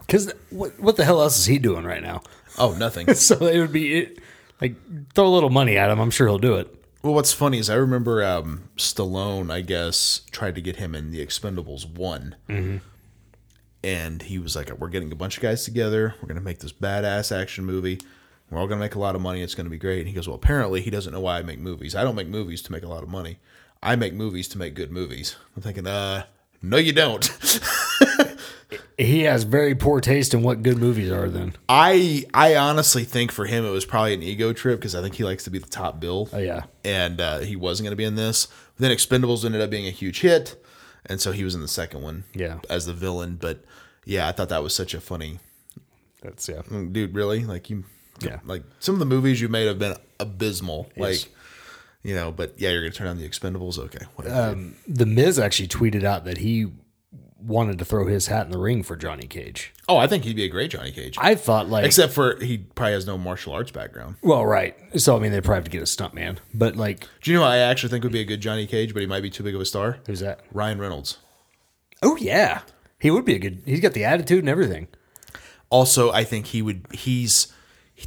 [SPEAKER 3] Because what what the hell else is he doing right now? [LAUGHS]
[SPEAKER 2] Oh nothing.
[SPEAKER 3] So it would be it, like throw a little money at him. I'm sure he'll do it.
[SPEAKER 2] well what's funny is I remember um Stallone I guess tried to get him in The Expendables one And he was like, "We're getting a bunch of guys together. We're gonna make this badass action movie. We're all gonna make a lot of money. It's gonna be great." And he goes, "Well, apparently he doesn't know why I make movies. I don't make movies to make a lot of money. I make movies to make good movies." I'm thinking, "Uh, no, you don't." [LAUGHS]
[SPEAKER 3] He has very poor taste in what good movies are. Then
[SPEAKER 2] I I honestly think for him it was probably an ego trip because I think he likes to be the top bill.
[SPEAKER 3] Oh, yeah.
[SPEAKER 2] and uh, he wasn't going to be in this. Then Expendables ended up being a huge hit, and so he was in the second one.
[SPEAKER 3] Yeah.
[SPEAKER 2] as the villain. But yeah, I thought that was such a funny
[SPEAKER 3] That's yeah.
[SPEAKER 2] dude, really? Like you,
[SPEAKER 3] Yeah.
[SPEAKER 2] Like some of the movies you made have been abysmal.
[SPEAKER 3] Yes.
[SPEAKER 2] Like, you know, but yeah, you're gonna turn on the Expendables. Okay, whatever.
[SPEAKER 3] Uh, The Miz actually tweeted out that he wanted to throw his hat in the ring for Johnny Cage.
[SPEAKER 2] oh, I think he'd be a great Johnny Cage,
[SPEAKER 3] I thought like
[SPEAKER 2] except for he probably has no martial arts background.
[SPEAKER 3] well, right. So I mean, they probably have to get a stunt man. But like,
[SPEAKER 2] Do you know? who I actually think would be a good Johnny Cage, but he might be too big of a star.
[SPEAKER 3] who's that?
[SPEAKER 2] Ryan Reynolds.
[SPEAKER 3] Oh yeah, he would be a good. He's got the attitude and everything.
[SPEAKER 2] Also, I think he would. He's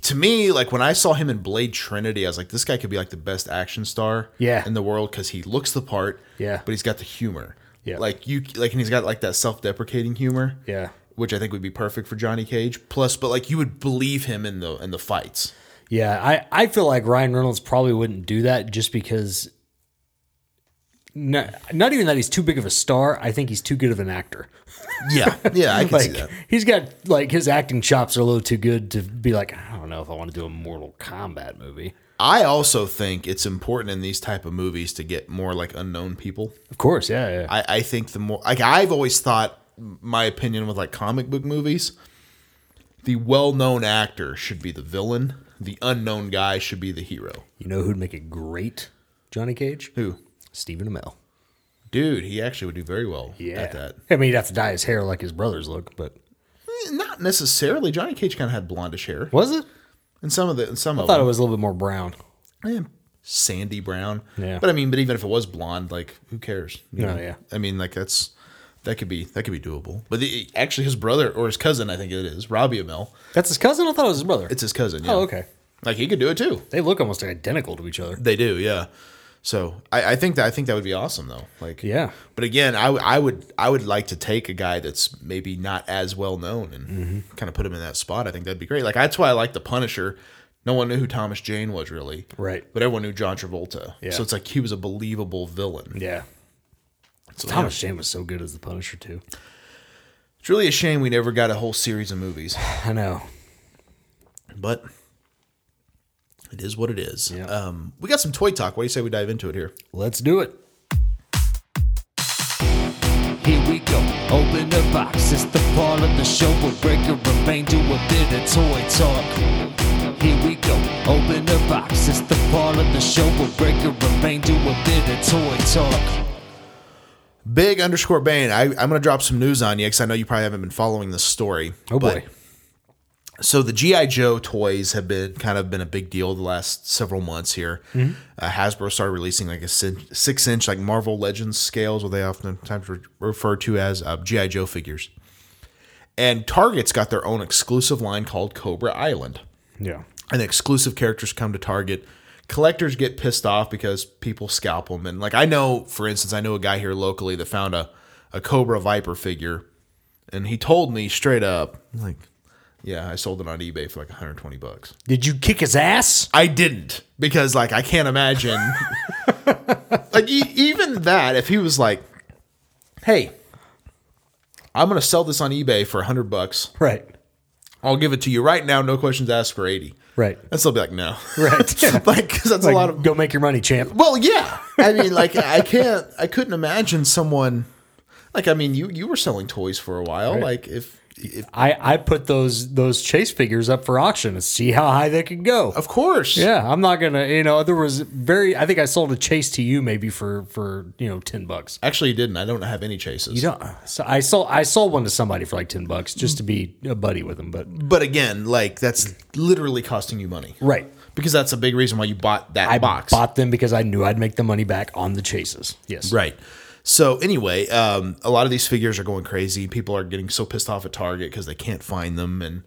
[SPEAKER 2] to me like when I saw him in Blade Trinity, I was like, this guy could be like the best action star,
[SPEAKER 3] Yeah.
[SPEAKER 2] in the world because he looks the part,
[SPEAKER 3] Yeah.
[SPEAKER 2] but he's got the humor,
[SPEAKER 3] Yeah.
[SPEAKER 2] like you, like, and he's got like that self-deprecating humor,
[SPEAKER 3] Yeah.
[SPEAKER 2] which I think would be perfect for Johnny Cage. Plus, but like you would believe him in the in the fights.
[SPEAKER 3] Yeah, I, I feel like Ryan Reynolds probably wouldn't do that just because not, not even that he's too big of a star. I think he's too good of an actor.
[SPEAKER 2] Yeah,
[SPEAKER 3] [LAUGHS]
[SPEAKER 2] yeah, I can see
[SPEAKER 3] Like
[SPEAKER 2] that.
[SPEAKER 3] he's got like his acting chops are a little too good to be like, I don't know if I want to do a Mortal Kombat movie.
[SPEAKER 2] I also think it's important in these type of movies to get more like unknown people.
[SPEAKER 3] Of course, yeah, yeah.
[SPEAKER 2] I, I think the more like I've always thought my opinion with like comic book movies, the well known actor should be the villain. The unknown guy should be the hero.
[SPEAKER 3] You know who'd make a great Johnny Cage?
[SPEAKER 2] Who?
[SPEAKER 3] Stephen Amell.
[SPEAKER 2] Dude, he actually would do very well
[SPEAKER 3] Yeah.
[SPEAKER 2] at that.
[SPEAKER 3] I mean, he'd have to dye his hair like his brothers look, but
[SPEAKER 2] Eh, Not necessarily. Johnny Cage kind of had blondish hair.
[SPEAKER 3] was it?
[SPEAKER 2] And some of the and some
[SPEAKER 3] I
[SPEAKER 2] of
[SPEAKER 3] thought it
[SPEAKER 2] them.
[SPEAKER 3] was a little bit more brown.
[SPEAKER 2] Eh, sandy brown.
[SPEAKER 3] Yeah.
[SPEAKER 2] But I mean, but even if it was blonde, like who cares? You
[SPEAKER 3] No, yeah.
[SPEAKER 2] I mean, like that's that could be that could be doable. But the, actually, his brother or his cousin, I think it is Robbie Amell.
[SPEAKER 3] That's his cousin. I thought it was his brother.
[SPEAKER 2] It's his cousin. Yeah.
[SPEAKER 3] oh, okay.
[SPEAKER 2] Like he could do it too.
[SPEAKER 3] They look almost identical to each other.
[SPEAKER 2] They do, yeah. So I, I think that I think that would be awesome though. Like
[SPEAKER 3] Yeah.
[SPEAKER 2] But again, I, w- I would I would like to take a guy that's maybe not as well known and
[SPEAKER 3] Mm-hmm.
[SPEAKER 2] kind of put him in that spot. I think that'd be great. Like that's why I like the Punisher. No one knew who Thomas Jane was really,
[SPEAKER 3] Right.
[SPEAKER 2] But everyone knew John Travolta.
[SPEAKER 3] Yeah.
[SPEAKER 2] So it's like he was a believable villain.
[SPEAKER 3] Yeah.
[SPEAKER 2] So,
[SPEAKER 3] Thomas Jane was so good as the Punisher too.
[SPEAKER 2] yeah. It's really a shame we never got a whole series of movies,
[SPEAKER 3] I know.
[SPEAKER 2] but it is what it is.
[SPEAKER 3] Yeah.
[SPEAKER 2] Um, we got some toy talk. What do you say we dive into it here?
[SPEAKER 3] Let's do it.
[SPEAKER 6] Here we go, open the box. It's the part of the show where Breaker and Bane do a bit of toy talk. Here we go, open the box. It's the part of the show where Breaker and Bane do a bit of toy talk.
[SPEAKER 2] Big underscore Bane. I, I'm going to drop some news on you because I know you probably haven't been following this story.
[SPEAKER 3] Oh
[SPEAKER 2] But-
[SPEAKER 3] boy.
[SPEAKER 2] so the GI Joe toys have been kind of been a big deal the last several months here.
[SPEAKER 3] Mm-hmm.
[SPEAKER 2] Uh, Hasbro started releasing like a six inch like Marvel Legends scales, what they oftentimes re- refer to as uh, GI Joe figures. And Target's got their own exclusive line called Cobra Island
[SPEAKER 3] Yeah.
[SPEAKER 2] and exclusive characters come to Target. Collectors get pissed off because people scalp them. And like I know, for instance, I know a guy here locally that found a, a Cobra Viper figure, and he told me straight up, like, yeah, I sold it on eBay for like 120 bucks.
[SPEAKER 3] Did you kick his ass?
[SPEAKER 2] I didn't because like I can't imagine. [LAUGHS] like e- even that, if he was like, hey, I'm gonna sell this on eBay for 100 bucks.
[SPEAKER 3] Right.
[SPEAKER 2] I'll give it to you right now, no questions asked for 80.
[SPEAKER 3] [LAUGHS] Right.
[SPEAKER 2] And still be like, no. [LAUGHS]
[SPEAKER 3] Right.
[SPEAKER 2] like, because that's
[SPEAKER 3] Like,
[SPEAKER 2] a lot of.
[SPEAKER 3] go make your money, champ.
[SPEAKER 2] Well, yeah. I mean, like, I can't, I couldn't imagine someone. Like, I mean, you you were selling toys for a while. Like, if, if,
[SPEAKER 3] I, I put those those chase figures up for auction to see how high they could go.
[SPEAKER 2] of course.
[SPEAKER 3] Yeah, I'm not gonna. You know, there was very. I think I sold a chase to you maybe for for you know ten bucks.
[SPEAKER 2] Actually, you didn't. I don't have any chases.
[SPEAKER 3] You don't. So I sold I sold one to somebody for like ten bucks just to be a buddy with him. But
[SPEAKER 2] But again, like, that's literally costing you money.
[SPEAKER 3] right,
[SPEAKER 2] Because that's a big reason why you bought that
[SPEAKER 3] I
[SPEAKER 2] box.
[SPEAKER 3] bought them because I knew I'd make the money back on the chases. Yes.
[SPEAKER 2] Right. So anyway, um, a lot of these figures are going crazy. People are getting so pissed off at Target because they can't find them, and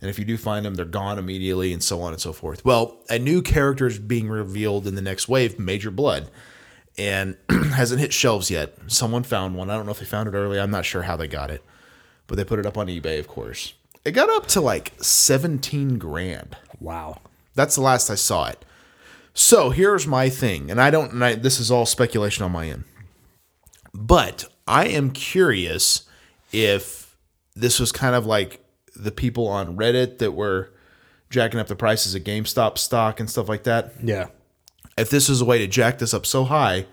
[SPEAKER 2] and if you do find them, they're gone immediately, and so on and so forth. Well, a new character is being revealed in the next wave, Major Blood, and [CLEARS THROAT] hasn't hit shelves yet. Someone found one. I don't know if they found it early. I'm not sure how they got it, but they put it up on eBay, of course. It got up to like 17 grand.
[SPEAKER 3] Wow.
[SPEAKER 2] That's the last I saw it. So here's my thing, and I don't. And I, this is all speculation on my end, but I am curious if this was kind of like the people on Reddit that were jacking up the prices of GameStop stock and stuff like that.
[SPEAKER 3] Yeah.
[SPEAKER 2] If this is a way to jack this up so high,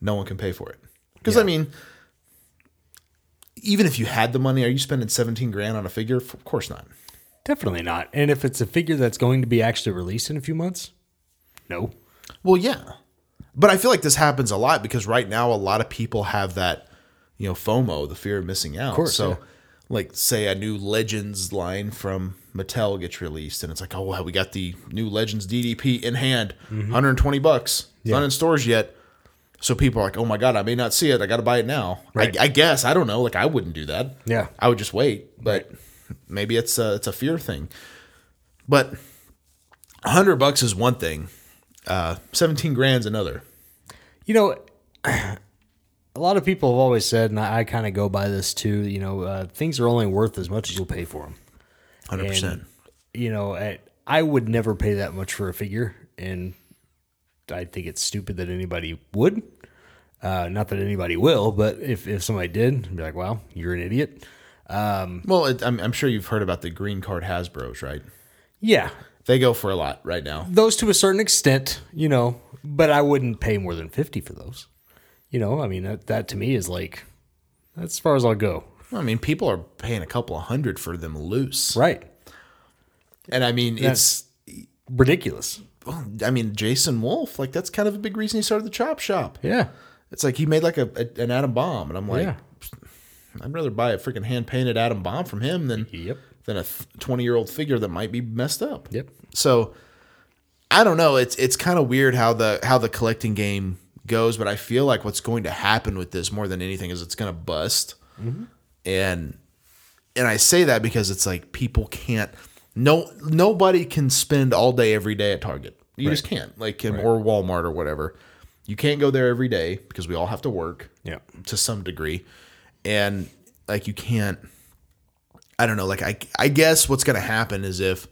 [SPEAKER 2] no one can pay for it. Because I mean, even if you had the money, are you spending seventeen grand on a figure? Of course not.
[SPEAKER 3] Definitely not. And if it's a figure that's going to be actually released in a few months, no.
[SPEAKER 2] Well, yeah. But I feel like this happens a lot because right now a lot of people have that, you know, FOMO, the fear of missing out. Of
[SPEAKER 3] course,
[SPEAKER 2] So
[SPEAKER 3] yeah.
[SPEAKER 2] like say a new Legends line from Mattel gets released and it's like, "Oh, wow, we got the new Legends DDP in hand.
[SPEAKER 3] Mm-hmm.
[SPEAKER 2] 120 bucks. It's Not in stores yet." So people are like, "Oh my god, I may not see it. I got to buy it now."
[SPEAKER 3] Right.
[SPEAKER 2] I, I guess I don't know. Like I wouldn't do that.
[SPEAKER 3] Yeah.
[SPEAKER 2] I would just wait. But maybe it's a it's a fear thing. But a hundred bucks is one thing. Uh, Seventeen grand's another.
[SPEAKER 3] You know, a lot of people have always said, and I, I kind of go by this too. You know, uh, things are only worth as much as you'll pay for them.
[SPEAKER 2] Hundred percent.
[SPEAKER 3] And, you know, I, I would never pay that much for a figure, and I think it's stupid that anybody would. Uh, not that anybody will, but if, if somebody did, I'd be like, "Wow, you're an idiot."
[SPEAKER 2] Well, it, I'm, I'm sure you've heard about the green card Hasbro's, right?
[SPEAKER 3] Yeah,
[SPEAKER 2] They go for a lot right now.
[SPEAKER 3] those to a certain extent, you know, but I wouldn't pay more than fifty for those. You know, I mean, that, that to me is like that's as far as I'll go.
[SPEAKER 2] I mean, people are paying a couple of hundred for them loose,
[SPEAKER 3] Right?
[SPEAKER 2] and I mean,
[SPEAKER 3] That's- Ridiculous.
[SPEAKER 2] it's. I mean, Jason Wolf, like that's kind of a big reason he started the Chop Shop.
[SPEAKER 3] Yeah.
[SPEAKER 2] It's like he made like a, a- an atom bomb, and I'm like,
[SPEAKER 3] Yeah.
[SPEAKER 2] I'd rather buy a freaking hand painted atom bomb from him than
[SPEAKER 3] Yep.
[SPEAKER 2] than a th- 20 year old figure that might be messed up.
[SPEAKER 3] Yep.
[SPEAKER 2] So I don't know. It's it's kind of weird how the how the collecting game goes, but I feel like what's going to happen with this more than anything is it's going to bust.
[SPEAKER 3] Mm-hmm.
[SPEAKER 2] And and I say that because it's like people can't no nobody can spend all day every day at Target. You just can't. Like or Walmart or whatever. You can't go there every day because we all have to work
[SPEAKER 3] Yeah.
[SPEAKER 2] to some degree and like you can't i don't know like i i guess what's going to happen is if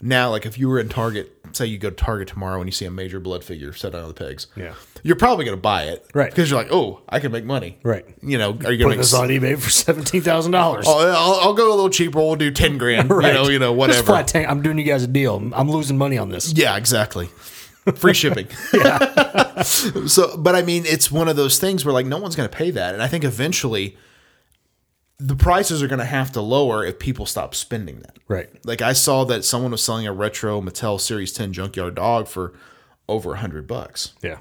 [SPEAKER 2] now like if you were in target say you go to target tomorrow and you see a major blood figure set on the pegs
[SPEAKER 3] Yeah.
[SPEAKER 2] you're probably going to buy it
[SPEAKER 3] Right.
[SPEAKER 2] because you're like oh i can make money
[SPEAKER 3] Right. Oh,
[SPEAKER 2] you know are
[SPEAKER 3] Put
[SPEAKER 2] you going
[SPEAKER 3] this
[SPEAKER 2] to
[SPEAKER 3] on eBay for seventeen thousand [LAUGHS] dollars.
[SPEAKER 2] I'll, I'll, I'll go a little cheaper we'll do
[SPEAKER 3] [LAUGHS]
[SPEAKER 2] 10 grand you know you know whatever
[SPEAKER 3] Just flat tank. I'm doing you guys a deal. I'm- I'm losing money on this.
[SPEAKER 2] Yeah, exactly. Free shipping. [LAUGHS] so, but I mean, it's one of those things where like no one's going to pay that, and I think eventually the prices are going to have to lower if people stop spending that.
[SPEAKER 3] Right.
[SPEAKER 2] Like I saw that someone was selling a retro Mattel Series 10 Junkyard Dog for over a hundred bucks.
[SPEAKER 3] Yeah.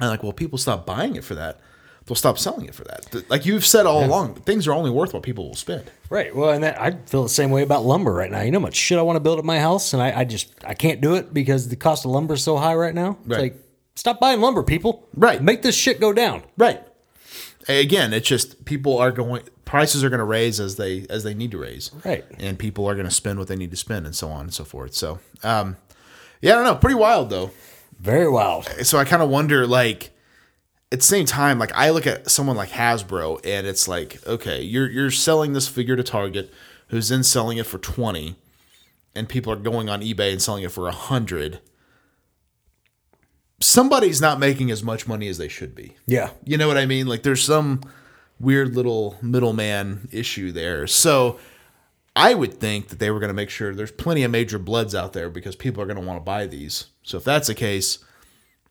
[SPEAKER 2] And like, well, people stop buying it for that. They'll stop selling it for that. Th- Like you've said all along, things are only worth what people will spend.
[SPEAKER 3] Right. Well, and that I feel the same way about lumber right now. You know how much shit I want to build at my house, and I, I just I can't do it because the cost of lumber is so high right now. It's
[SPEAKER 2] Right.
[SPEAKER 3] like stop buying lumber, people.
[SPEAKER 2] Right.
[SPEAKER 3] Make this shit go down.
[SPEAKER 2] Right. Again, it's just people are going prices are going to raise as they as they need to raise.
[SPEAKER 3] Right.
[SPEAKER 2] And people are going to spend what they need to spend and so on and so forth. So, um yeah, I don't know, pretty wild though.
[SPEAKER 3] Very wild.
[SPEAKER 2] So I kind of wonder like at the same time like I look at someone like Hasbro and it's like, okay, you're you're selling this figure to Target who's then selling it for 20 and people are going on eBay and selling it for 100. Somebody's not making as much money as they should be.
[SPEAKER 3] Yeah.
[SPEAKER 2] You know what I mean? Like there's some weird little middleman issue there. So I would think that they were going to make sure there's plenty of major bloods out there because people are going to want to buy these. So if that's the case,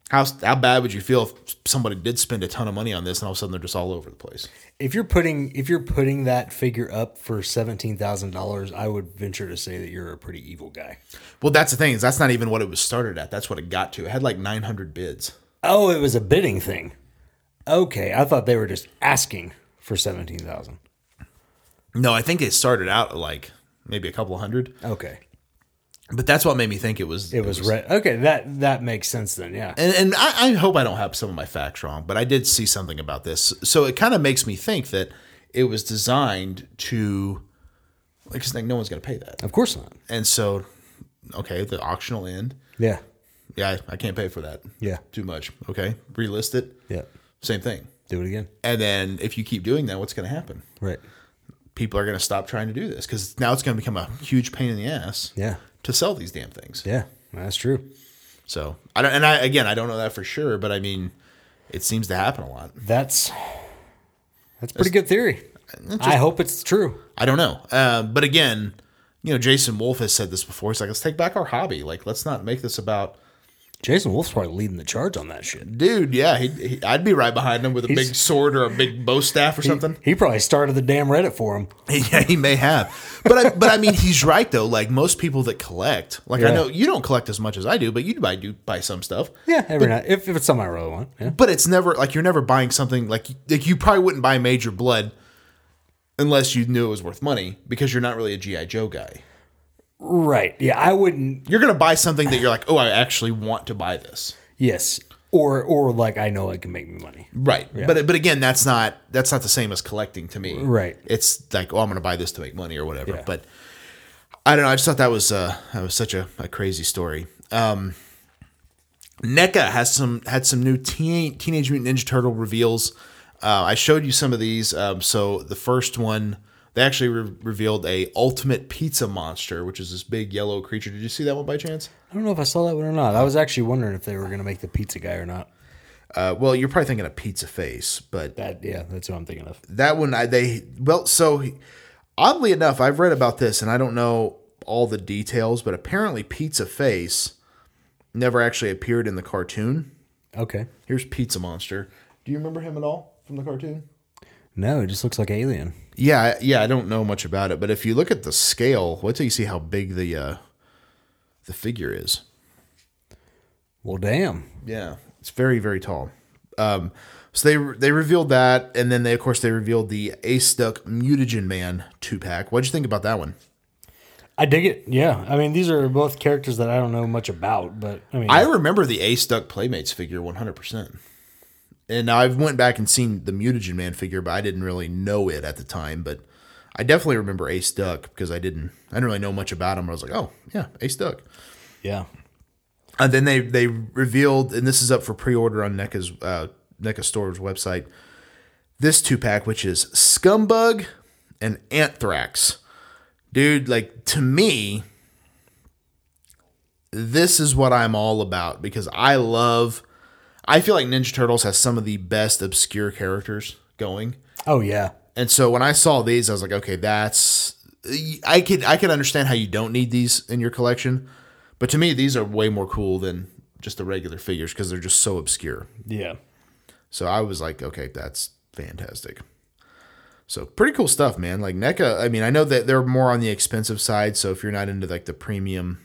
[SPEAKER 2] how how bad would you feel if somebody did spend a ton of money on this and all of a sudden they're just all over the place?
[SPEAKER 3] If you're putting if you're putting that figure up for seventeen thousand dollars, I would venture to say that you're a pretty evil guy.
[SPEAKER 2] Well, that's the thing is that's not even what it was started at. That's what it got to. It had like 900 bids.
[SPEAKER 3] Oh, it was a bidding thing. Okay, I thought they were just asking for seventeen thousand.
[SPEAKER 2] No, I think it started out at like maybe a couple hundred.
[SPEAKER 3] Okay,
[SPEAKER 2] But that's what made me think it was
[SPEAKER 3] it was red. Okay, that that makes sense then. Yeah.
[SPEAKER 2] and, and I, I hope I don't have some of my facts wrong, but I did see something about this. So it kind of makes me think that it was designed to, like, 'cause, like no one's going to pay that.
[SPEAKER 3] Of course not.
[SPEAKER 2] And so, okay, the auction will end.
[SPEAKER 3] Yeah.
[SPEAKER 2] Yeah, I, I can't pay for that.
[SPEAKER 3] Yeah.
[SPEAKER 2] Too much. Okay. Relist it.
[SPEAKER 3] Yeah.
[SPEAKER 2] Same thing.
[SPEAKER 3] Do it again.
[SPEAKER 2] And then if you keep doing that, what's going to happen?
[SPEAKER 3] Right.
[SPEAKER 2] People are going to stop trying to do this because now it's going to become a huge pain in the ass
[SPEAKER 3] Yeah.
[SPEAKER 2] to sell these damn things.
[SPEAKER 3] Yeah. That's true.
[SPEAKER 2] So I don't, and I, again, I don't know that for sure, but I mean, it seems to happen a lot.
[SPEAKER 3] That's that's pretty good theory. I hope it's true.
[SPEAKER 2] I don't know. Um, but again, you know, Jason Wolf has said this before. He's like, let's take back our hobby. Like, let's not make this about
[SPEAKER 3] Jason Wolf's probably leading the charge on that shit.
[SPEAKER 2] Dude, yeah, he, he, I'd be right behind him with a
[SPEAKER 3] He's-
[SPEAKER 2] big sword or a big bow staff or something.
[SPEAKER 3] He probably started the damn Reddit for him.
[SPEAKER 2] [LAUGHS] Yeah, he may have, but I, but I mean, he's right though. Like most people that collect, like I
[SPEAKER 3] Yeah.
[SPEAKER 2] know you don't collect as much as I do, but you buy do buy some stuff.
[SPEAKER 3] Yeah, every night if, if it's something I really want. Yeah.
[SPEAKER 2] But it's never like you're never buying something like like you probably wouldn't buy Major Blood unless you knew it was worth money because you're not really a GI Joe guy.
[SPEAKER 3] Right. Yeah, I wouldn't.
[SPEAKER 2] You're gonna buy something that you're like, oh, I actually want to buy this,
[SPEAKER 3] Yes, or or like I know it can make me money.
[SPEAKER 2] right? But but again, that's not that's not the same as collecting to me,
[SPEAKER 3] Right.
[SPEAKER 2] It's like, oh, I'm gonna buy this to make money or whatever.
[SPEAKER 3] Yeah.
[SPEAKER 2] But I don't know. I just thought that was uh that was such a, a crazy story. Um, NECA has some had some new teen, Teenage Mutant Ninja Turtle reveals. Uh, I showed you some of these. Um, so the first one, they actually re- revealed a Ultimate Pizza Monster, which is this big yellow creature. Did you see that one by chance?
[SPEAKER 3] I don't know if I saw that one or not. I was actually wondering if they were gonna make the pizza guy or not.
[SPEAKER 2] Uh, well, you're probably thinking of Pizza Face, but
[SPEAKER 3] That yeah, that's what I'm thinking of.
[SPEAKER 2] that one I, they well so he- oddly enough i've read about this and i don't know all the details but apparently pizza face never actually appeared in the cartoon
[SPEAKER 3] Okay.
[SPEAKER 2] here's pizza monster do you remember him at all from the cartoon
[SPEAKER 3] No, it just looks like Alien.
[SPEAKER 2] yeah I- yeah i don't know much about it but if you look at the scale wait till you see how big the uh the figure is
[SPEAKER 3] Well, damn.
[SPEAKER 2] Yeah, it's very very tall. Um, so they they revealed that, and then they of course they revealed the Ace Duck Mutagen Man two pack. What'd you think about that one?
[SPEAKER 3] I dig it. Yeah, I mean these are both characters that I don't know much about, but I mean
[SPEAKER 2] I remember the Ace Duck Playmates figure one hundred percent, and I've went back and seen the Mutagen Man figure, but I didn't really know it at the time. But I definitely remember Ace Duck because I didn't I didn't really know much about him. I was like, oh yeah, Ace Duck.
[SPEAKER 3] yeah.
[SPEAKER 2] And Uh, then they they revealed, and this is up for pre order on NECA's uh, NECA Store's website. This two pack, which is Scumbug and Anthrax, dude. Like to me, this is what I'm all about because I love. I feel like Ninja Turtles has some of the best obscure characters going.
[SPEAKER 3] Oh yeah.
[SPEAKER 2] And so when I saw these, I was like, okay, that's I could I could understand how you don't need these in your collection, but to me, these are way more cool than just the regular figures because they're just so obscure.
[SPEAKER 3] Yeah.
[SPEAKER 2] So I was like, okay, that's fantastic. So pretty cool stuff, man. Like NECA, I mean, I know that they're more on the expensive side, so if you're not into like the premium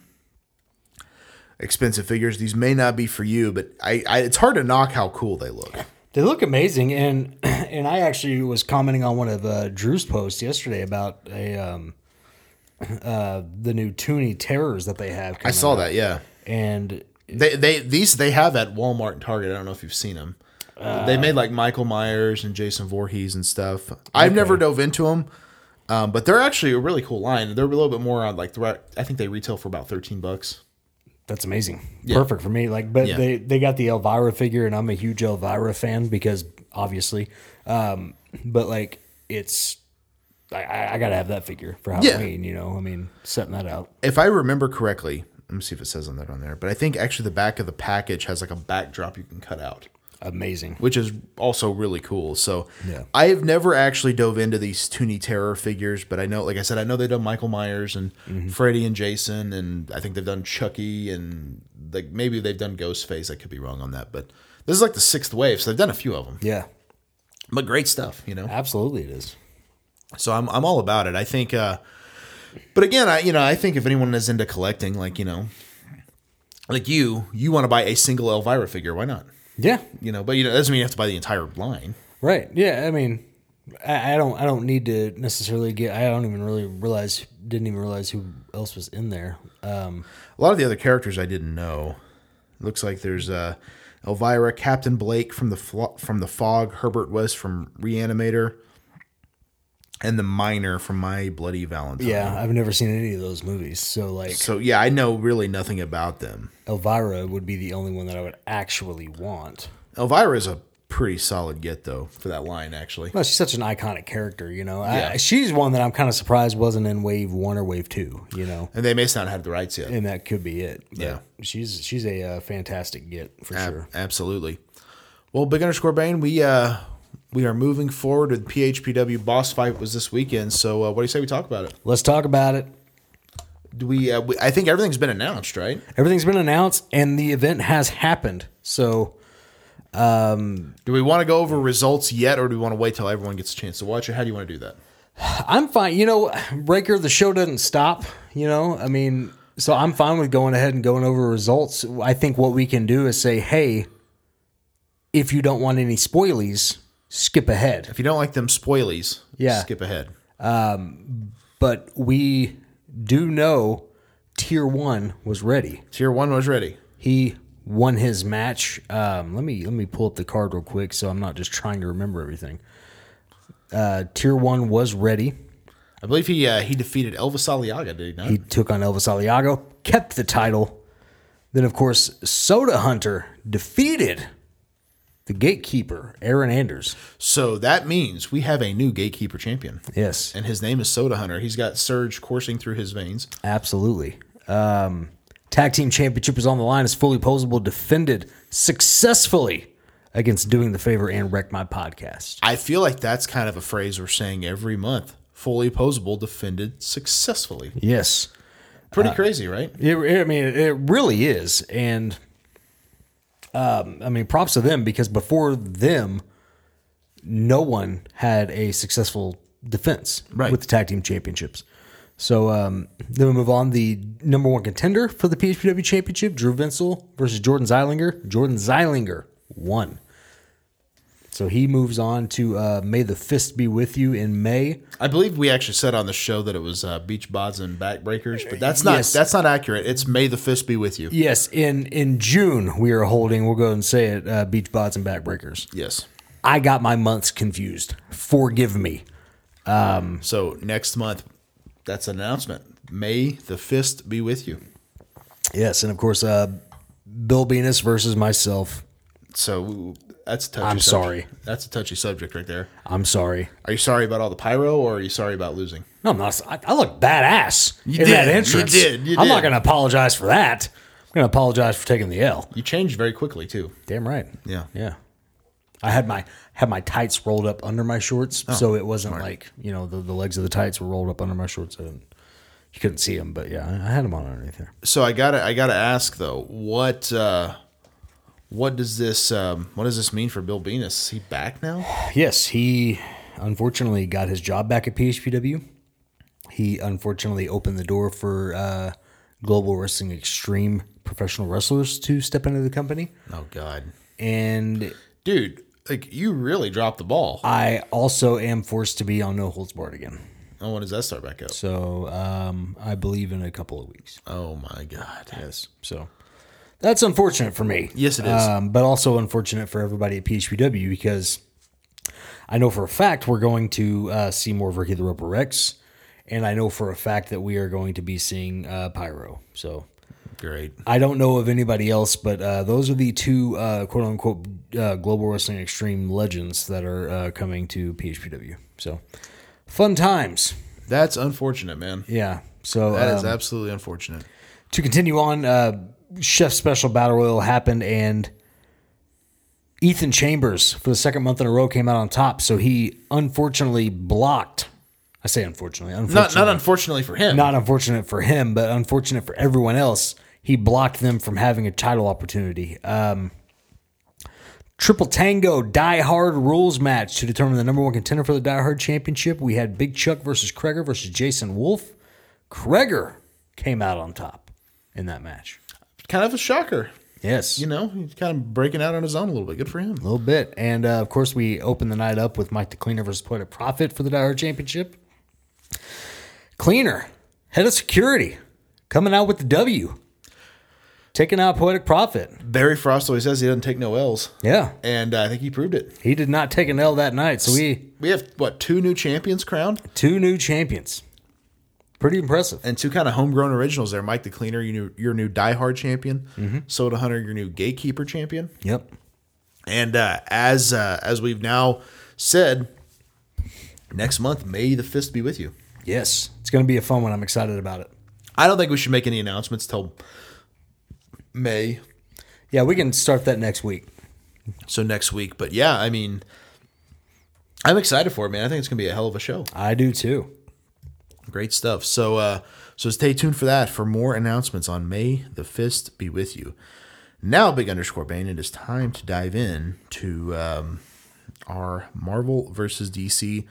[SPEAKER 2] expensive figures, these may not be for you, but I, I it's hard to knock how cool they look.
[SPEAKER 3] They look amazing, and [CLEARS THROAT] and I actually was commenting on one of uh, Drew's posts yesterday about a um, uh, the new Toonie Terrors that they have.
[SPEAKER 2] I
[SPEAKER 3] Coming
[SPEAKER 2] saw
[SPEAKER 3] out.
[SPEAKER 2] that, yeah.
[SPEAKER 3] and
[SPEAKER 2] They they these they have at Walmart and Target. I don't know if you've seen them. they made like Michael Myers and Jason Voorhees and stuff. I've never dove into them, um, but they're actually a really cool line. They're a little bit more on like the right- I think they retail for about thirteen bucks.
[SPEAKER 3] that's amazing, perfect for me. Like, but
[SPEAKER 2] Yeah.
[SPEAKER 3] they they got the Elvira figure, and I'm a huge Elvira fan because obviously, um, but like it's. I- I, I gotta have that figure for
[SPEAKER 2] Yeah.
[SPEAKER 3] Halloween, you know. I mean, setting that out.
[SPEAKER 2] If I remember correctly, let me see if it says on that on there. But I think actually the back of the package has like a backdrop you can cut out.
[SPEAKER 3] Amazing.
[SPEAKER 2] which is also really cool. So I have never actually dove into these Toonie Terror figures, but I know, like I said, I know they've done Michael Myers and Freddy and Jason, and I think they've done Chucky and like maybe they've done Ghostface. I could be wrong on that, but this is like the sixth wave, so they've done a few of them.
[SPEAKER 3] Yeah,
[SPEAKER 2] But great stuff, you know.
[SPEAKER 3] absolutely it is.
[SPEAKER 2] So I'm I'm all about it. I think. uh But again, I you know I think if anyone is into collecting, like you know. Like you, you want to buy a single Elvira figure? Why not?
[SPEAKER 3] Yeah,
[SPEAKER 2] You know, but you know, that doesn't mean you have to buy the entire line.
[SPEAKER 3] Right. Yeah. I mean, I, I don't. I don't need to necessarily get. I don't even really realize. Didn't even realize who else was in there. Um,
[SPEAKER 2] A lot of the other characters I didn't know. Looks like there's uh, Elvira, Captain Blake from the Flo- from the Fog, Herbert West from Reanimator, and the Miner from My Bloody Valentine.
[SPEAKER 3] yeah, Um, I've never seen any of those movies, so like
[SPEAKER 2] So yeah, I know really nothing about them.
[SPEAKER 3] Elvira would be the only one that I would actually want.
[SPEAKER 2] Elvira is a pretty solid get though for that line actually.
[SPEAKER 3] Well, she's such an iconic character, you know.
[SPEAKER 2] Yeah.
[SPEAKER 3] I, she's one that I'm kind of surprised wasn't in Wave One or Wave Two, you know.
[SPEAKER 2] And they may not have the rights yet.
[SPEAKER 3] And that could be it. But
[SPEAKER 2] Yeah.
[SPEAKER 3] she's she's a uh, fantastic get for
[SPEAKER 2] Ab-
[SPEAKER 3] sure.
[SPEAKER 2] Absolutely. Well, big underscore Bane, we uh we are moving forward with PHPW boss fight was this weekend. So uh, what do you say we talk about it?
[SPEAKER 3] Let's talk about it.
[SPEAKER 2] Do we, uh, we? I think everything's been announced, right?
[SPEAKER 3] Everything's been announced and the event has happened. So
[SPEAKER 2] Do we want to go over results yet, or do we want to wait till everyone gets a chance to watch it? How do you want to do that?
[SPEAKER 3] I'm fine. You know, Breaker, the show doesn't stop. You know, I mean, so I'm fine with going ahead and going over results. I think what we can do is say, hey, if you don't want any spoilies, skip ahead.
[SPEAKER 2] If you don't like them spoilies,
[SPEAKER 3] Yeah.
[SPEAKER 2] skip ahead.
[SPEAKER 3] But we do know Tier One was ready.
[SPEAKER 2] Tier one was ready.
[SPEAKER 3] He won his match. Um, let me let me pull up the card real quick, so I'm not just trying to remember everything. Uh, tier One was ready.
[SPEAKER 2] I believe he uh, he defeated Elvis Aliaga, did he not?
[SPEAKER 3] He took on Elvis Aliago, kept the title. Then, of course, Soda Hunter defeated the gatekeeper, Aaron Anders.
[SPEAKER 2] so that means we have a new gatekeeper champion,
[SPEAKER 3] Yes,
[SPEAKER 2] and his name is Soda Hunter. He's got surge coursing through his veins.
[SPEAKER 3] absolutely. Um, tag team championship is on the line. Is fully posable, defended successfully against doing the favor and wreck my podcast.
[SPEAKER 2] I feel like that's kind of a phrase we're saying every month. Fully posable, defended successfully.
[SPEAKER 3] Yes, Uh,
[SPEAKER 2] Pretty crazy, right?
[SPEAKER 3] It, it- I mean, it really is, and um, I mean, props to them because before them, no one had a successful defense
[SPEAKER 2] Right.
[SPEAKER 3] with the tag team championships. So um, then we move on. The number one contender for the PHPW championship, Drew Vinsel versus Jordan Zeilinger. Jordan Zeilinger won. So he moves on to uh, May the Fist Be With You in May.
[SPEAKER 2] I believe we actually said on the show that it was uh, beach bods and backbreakers, but that's not
[SPEAKER 3] Yes.
[SPEAKER 2] that's not accurate. It's May the fist be with you.
[SPEAKER 3] Yes, in, in June, we are holding, we'll go ahead and say it, uh, Beach Bots and Backbreakers.
[SPEAKER 2] Yes.
[SPEAKER 3] I got my months confused. Forgive me.
[SPEAKER 2] So next month, that's an announcement. May the fist be with you.
[SPEAKER 3] Yes, and of course, uh, Bill Venus versus myself.
[SPEAKER 2] So that's a touchy.
[SPEAKER 3] I'm
[SPEAKER 2] subject.
[SPEAKER 3] sorry.
[SPEAKER 2] That's a touchy subject right there.
[SPEAKER 3] I'm sorry.
[SPEAKER 2] Are you sorry about all the pyro, or are you sorry about losing?
[SPEAKER 3] No, I'm not. I, I look badass in
[SPEAKER 2] did.
[SPEAKER 3] that
[SPEAKER 2] You
[SPEAKER 3] entrance.
[SPEAKER 2] did. You
[SPEAKER 3] I'm not
[SPEAKER 2] did.
[SPEAKER 3] going to apologize for that. I'm going to apologize for taking the L.
[SPEAKER 2] You changed very quickly too.
[SPEAKER 3] Damn right.
[SPEAKER 2] Yeah.
[SPEAKER 3] Yeah. I had my had my tights rolled up under my shorts, so it wasn't like you know the, the legs of the tights were rolled up under my shorts. I didn't, you couldn't see them, but yeah, I, I had them on underneath there.
[SPEAKER 2] So I gotta I gotta ask though, what uh, what does this um, what does this mean for Bill Venus? Is he back now?
[SPEAKER 3] Yes, he unfortunately got his job back at PHPW. He unfortunately opened the door for uh, Global Wrestling Extreme professional wrestlers to step into the company.
[SPEAKER 2] Oh God,
[SPEAKER 3] And
[SPEAKER 2] dude, like you really dropped the ball.
[SPEAKER 3] I also am forced to be on No Holds Barred again.
[SPEAKER 2] Oh, when does that start back up?
[SPEAKER 3] So um, I believe in a couple of weeks.
[SPEAKER 2] Oh my God. Yes.
[SPEAKER 3] So that's unfortunate for me.
[SPEAKER 2] Yes, it is.
[SPEAKER 3] Um, but also unfortunate for everybody at PHPW because I know for a fact we're going to uh, see more of Ricky the Roper Rex, and I know for a fact that we are going to be seeing uh, Pyro. So
[SPEAKER 2] Great.
[SPEAKER 3] I don't know of anybody else, but uh, those are the two uh, quote unquote uh, global wrestling extreme legends that are uh, coming to PHPW. So fun times.
[SPEAKER 2] That's unfortunate, man.
[SPEAKER 3] Yeah. So
[SPEAKER 2] That is
[SPEAKER 3] um,
[SPEAKER 2] absolutely unfortunate.
[SPEAKER 3] to continue on, uh, Chef Special Battle Royal happened, and Ethan Chambers for the second month in a row came out on top. So he unfortunately blocked. I say unfortunately,
[SPEAKER 2] Not
[SPEAKER 3] unfortunately,
[SPEAKER 2] not unfortunately for him.
[SPEAKER 3] not unfortunate for him, but unfortunate for everyone else. He blocked them from having a title opportunity. Um, triple Tango Die Hard rules match to determine the number one contender for the Die Hard Championship. We had Big Chuck versus Kreger versus Jason Wolf. Kreger came out on top in that match.
[SPEAKER 2] kind of a shocker.
[SPEAKER 3] Yes,
[SPEAKER 2] You know, he's kind of breaking out on his own a little bit. Good for him.
[SPEAKER 3] a little bit, and uh, of course we opened the night up with Mike the Cleaner versus Point of Profit for the Die Hard Championship. Cleaner, head of security, coming out with the W, taking out Poetic Profit.
[SPEAKER 2] Barry Frost always says he doesn't take no L's,
[SPEAKER 3] Yeah,
[SPEAKER 2] and uh, I think he proved it.
[SPEAKER 3] he did not take an L that night, so we
[SPEAKER 2] We have what two new champions crowned
[SPEAKER 3] two new champions. Pretty impressive.
[SPEAKER 2] and two kind of homegrown originals there. Mike the Cleaner, your new your new diehard champion. Soda Hunter, your new gatekeeper champion.
[SPEAKER 3] Yep.
[SPEAKER 2] And uh, as uh, as we've now said, next month may the fist be with you.
[SPEAKER 3] Yes, it's going to be a fun one. I'm excited about it.
[SPEAKER 2] I don't think we should make any announcements till May,
[SPEAKER 3] Yeah, we can start that next week.
[SPEAKER 2] so next week. But yeah, I mean, I'm excited for it, man. I think it's gonna be a hell of a show.
[SPEAKER 3] I do too.
[SPEAKER 2] Great stuff. So, uh, So stay tuned for that for more announcements on May the Fist be with you. Now, big underscore Bane, it is time to dive in to um, our Marvel versus DC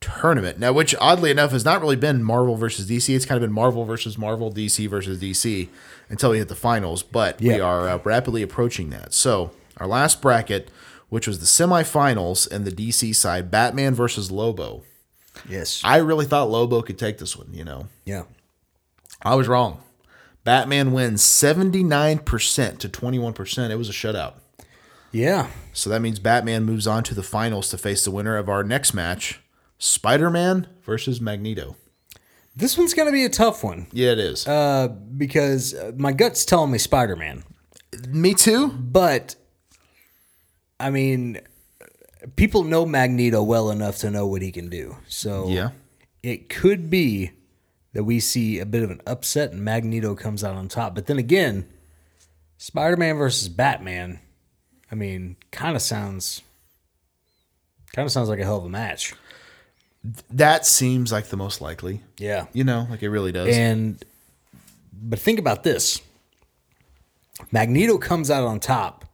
[SPEAKER 2] tournament. Now, which oddly enough has not really been Marvel versus DC. It's kind of been Marvel versus Marvel, DC versus DC until we hit the finals, but we
[SPEAKER 3] Yeah.
[SPEAKER 2] are uh, rapidly approaching that. So, our last bracket, which was the semifinals and the DC side, Batman versus Lobo.
[SPEAKER 3] Yes.
[SPEAKER 2] I really thought Lobo could take this one, you know.
[SPEAKER 3] Yeah.
[SPEAKER 2] I was wrong. Batman wins 79% to 21%. It was a shutout.
[SPEAKER 3] Yeah.
[SPEAKER 2] So that means Batman moves on to the finals to face the winner of our next match, Spider-Man versus Magneto.
[SPEAKER 3] This one's going to be a tough one
[SPEAKER 2] Yeah, it is.
[SPEAKER 3] Uh, because uh, my gut's telling me Spider Man.
[SPEAKER 2] Me too.
[SPEAKER 3] But, I mean, people know Magneto well enough to know what he can do. So
[SPEAKER 2] Yeah.
[SPEAKER 3] it could be that we see a bit of an upset and Magneto comes out on top. But then again, Spider Man versus Batman, I mean, kind of sounds. Kind of sounds like a hell of a match.
[SPEAKER 2] That seems like the most likely.
[SPEAKER 3] Yeah.
[SPEAKER 2] You know, like it really does.
[SPEAKER 3] And but think about this. Magneto comes out on top.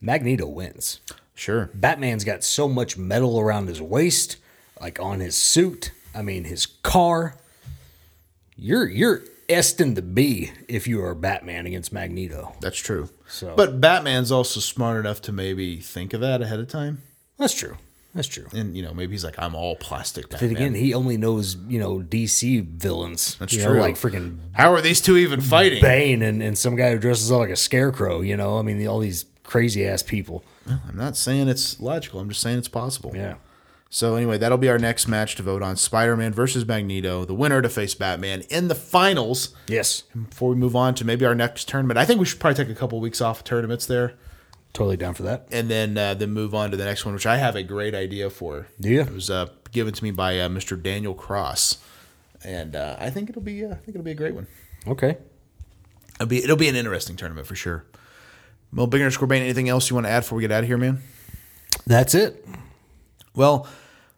[SPEAKER 3] Magneto wins.
[SPEAKER 2] sure.
[SPEAKER 3] Batman's got so much metal around his waist, like on his suit, I mean his car. You're you're destined to be if you are Batman against Magneto.
[SPEAKER 2] That's true.
[SPEAKER 3] So-
[SPEAKER 2] But Batman's also smart enough to maybe think of that ahead of time.
[SPEAKER 3] That's true. That's true.
[SPEAKER 2] And you know, maybe he's like, I'm all plastic
[SPEAKER 3] Then
[SPEAKER 2] Batman.
[SPEAKER 3] again, he only knows, you know, DC villains.
[SPEAKER 2] That's
[SPEAKER 3] you know,
[SPEAKER 2] true.
[SPEAKER 3] like freaking
[SPEAKER 2] How are these two even fighting?
[SPEAKER 3] Bane and, and some guy who dresses up like a scarecrow, you know. I mean all these crazy ass people.
[SPEAKER 2] I'm not saying it's logical. I'm just saying it's possible.
[SPEAKER 3] Yeah.
[SPEAKER 2] So anyway, that'll be our next match to vote on: Spider-Man versus Magneto, the winner to face Batman in the finals.
[SPEAKER 3] Yes.
[SPEAKER 2] Before we move on to maybe our next tournament, I think we should probably take a couple weeks off of tournaments there,
[SPEAKER 3] Totally down for that.
[SPEAKER 2] and then uh, then move on to the next one, which I have a great idea for.
[SPEAKER 3] Do ya?
[SPEAKER 2] It was uh, given to me by uh, Mr. Daniel Cross, and uh, I think it'll be uh, I think it'll be a great one.
[SPEAKER 3] Okay.
[SPEAKER 2] It'll be it'll be an interesting tournament for sure. Well, bigger underscore Bane, anything else you want to add before we get out of here, man?
[SPEAKER 3] That's it.
[SPEAKER 2] Well,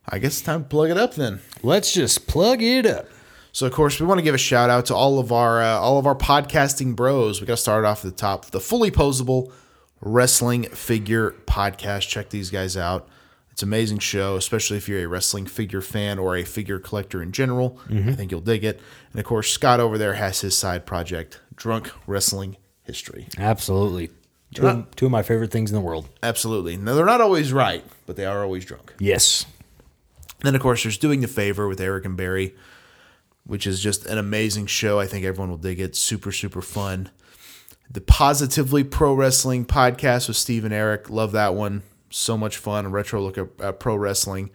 [SPEAKER 2] I guess it's time to plug it up then.
[SPEAKER 3] Let's just plug it up.
[SPEAKER 2] So of course we want to give a shout out to all of our uh, all of our podcasting bros. We got to start off at the top, the fully posable wrestling figure podcast. Check these guys out. It's an amazing show, especially if you're a wrestling figure fan or a figure collector in general. I think you'll dig it. And of course, Scott over there has his side project, Drunk Wrestling History.
[SPEAKER 3] Absolutely. Two, of, two of my favorite things in the world.
[SPEAKER 2] Absolutely. Now they're not always right, but they are always drunk.
[SPEAKER 3] Yes.
[SPEAKER 2] Then, of course, there's Doing the Favor with Eric and Barry, which is just an amazing show. I think everyone will dig it. Super, super fun. The Positively Pro Wrestling podcast with Steve and Eric. Love that one. So much fun. A retro look at, at pro wrestling.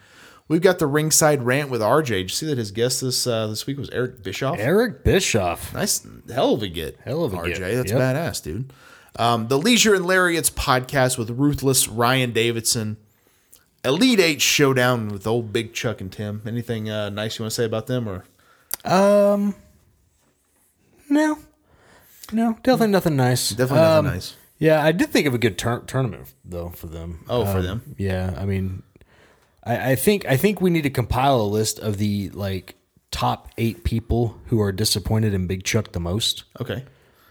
[SPEAKER 2] We've got the ringside rant with RJ. Did you see that his guest this uh, this week was Eric Bischoff?
[SPEAKER 3] Eric Bischoff.
[SPEAKER 2] Nice, hell of a get,
[SPEAKER 3] Hell of a
[SPEAKER 2] RJ.
[SPEAKER 3] get,
[SPEAKER 2] That's
[SPEAKER 3] yep.
[SPEAKER 2] badass, dude. Um, the Leisure and Lariats podcast with ruthless Ryan Davidson. Elite Eight showdown with old Big Chuck and Tim. Anything uh, nice you want to say about them, or
[SPEAKER 3] No. No, definitely nothing nice. Um,
[SPEAKER 2] definitely nothing nice?
[SPEAKER 3] Yeah, I did think of a good tur- tournament though for them. Um,
[SPEAKER 2] Oh, for them.
[SPEAKER 3] Yeah, I mean, I, I think I think we need to compile a list of the like top eight people who are disappointed in Big Chuck the most.
[SPEAKER 2] Okay,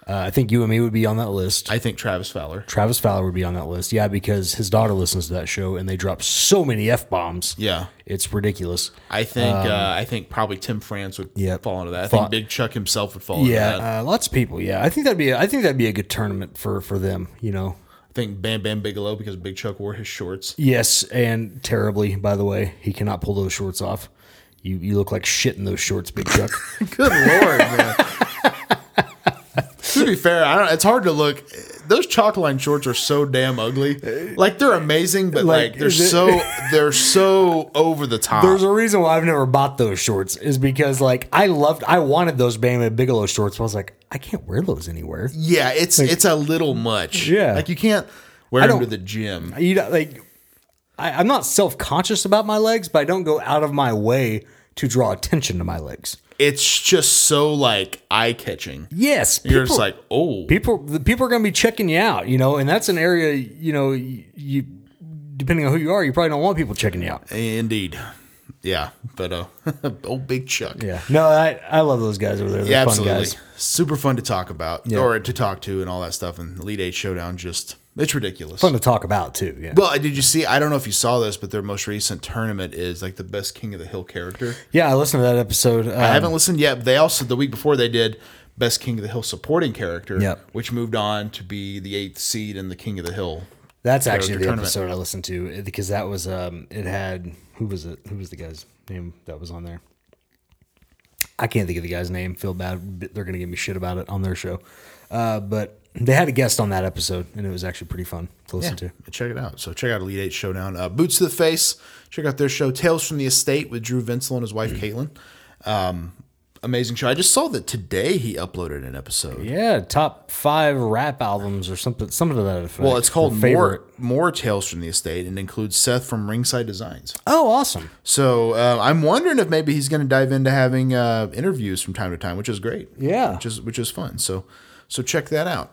[SPEAKER 3] Uh, I think you and me would be on that list.
[SPEAKER 2] I think Travis Fowler.
[SPEAKER 3] Travis Fowler would be on that list. Yeah, because his daughter listens to that show and they drop so many f bombs.
[SPEAKER 2] Yeah,
[SPEAKER 3] It's ridiculous.
[SPEAKER 2] I think uh, I think probably Tim France would
[SPEAKER 3] Um, Yep.
[SPEAKER 2] fall into that. I
[SPEAKER 3] Fa-
[SPEAKER 2] think Big Chuck himself would fall into that.
[SPEAKER 3] Yeah, uh, lots of people. Yeah, I think that'd be a, I think that'd be a good tournament for for them. You know.
[SPEAKER 2] I think Bam Bam Bigelow because Big Chuck wore his shorts.
[SPEAKER 3] Yes, and terribly. By the way, he cannot pull those shorts off. You you look like shit in those shorts, Big Chuck.
[SPEAKER 2] Good lord, man. to be fair, I don't, it's hard to look. Those chalk line shorts are so damn ugly. Like they're amazing, but like,
[SPEAKER 3] Like,
[SPEAKER 2] they're
[SPEAKER 3] is it-
[SPEAKER 2] so they're so over the
[SPEAKER 3] [LAUGHS]
[SPEAKER 2] top.
[SPEAKER 3] There's a reason why I've never bought those shorts is because like I loved I wanted those Bam and Bigelow shorts. But I was like I can't wear those anywhere.
[SPEAKER 2] yeah, it's it's a little much.
[SPEAKER 3] Yeah.
[SPEAKER 2] like you can't wear
[SPEAKER 3] I
[SPEAKER 2] them to
[SPEAKER 3] don't-
[SPEAKER 2] the gym.
[SPEAKER 3] You know, like I, I'm not self conscious about my legs, but I don't go out of my way to draw attention to my legs.
[SPEAKER 2] It's just so like eye catching.
[SPEAKER 3] Yes,
[SPEAKER 2] You're
[SPEAKER 3] people-
[SPEAKER 2] just like, oh,
[SPEAKER 3] people the people are going to be checking you out you know and that's an area you know you, you depending on who you are you probably don't want people checking you out
[SPEAKER 2] oh, indeed. Yeah, but uh, [LAUGHS] old Big Chuck.
[SPEAKER 3] Yeah. No, I, I love those guys over there. They're
[SPEAKER 2] Yeah,
[SPEAKER 3] fun
[SPEAKER 2] absolutely.
[SPEAKER 3] guys.
[SPEAKER 2] Super fun to talk about
[SPEAKER 3] Yeah.
[SPEAKER 2] or to talk to and all that stuff. And Elite Eight Showdown just it's ridiculous.
[SPEAKER 3] Fun to talk about too. Yeah.
[SPEAKER 2] Well, did you see? I don't know if you saw this, but their most recent tournament is like the best King of the Hill character.
[SPEAKER 3] yeah, I listened to that episode. Um,
[SPEAKER 2] I haven't listened yet. But they also the week before they did best King of the Hill supporting character,
[SPEAKER 3] Yep.
[SPEAKER 2] which moved on to be the eighth seed in the King of the Hill.
[SPEAKER 3] That's actually
[SPEAKER 2] character
[SPEAKER 3] the
[SPEAKER 2] tournament.
[SPEAKER 3] episode I listened to it- because that was um it had who was it who was the guy's name that was on there. I can't think of the guy's name. Feel bad. but They're gonna give me shit about it on their show, uh, but they had a guest on that episode and it was actually pretty fun to listen to.
[SPEAKER 2] Check it out. So check out Elite Eight Showdown. Uh, Boots to the Face. Check out their show Tales from the Estate with Drew Vinsel and his wife Caitlin. Um, amazing show. I just saw that today he uploaded an episode.
[SPEAKER 3] Yeah, top five rap albums or something something to that effect.
[SPEAKER 2] Well, it's called
[SPEAKER 3] Your
[SPEAKER 2] more, more Tales from the Estate and includes Seth from Ringside Designs.
[SPEAKER 3] Oh, awesome.
[SPEAKER 2] So uh, I'm wondering if maybe he's going to dive into having uh, interviews from time to time, which is great.
[SPEAKER 3] Yeah.
[SPEAKER 2] which is which is fun. So so check that out.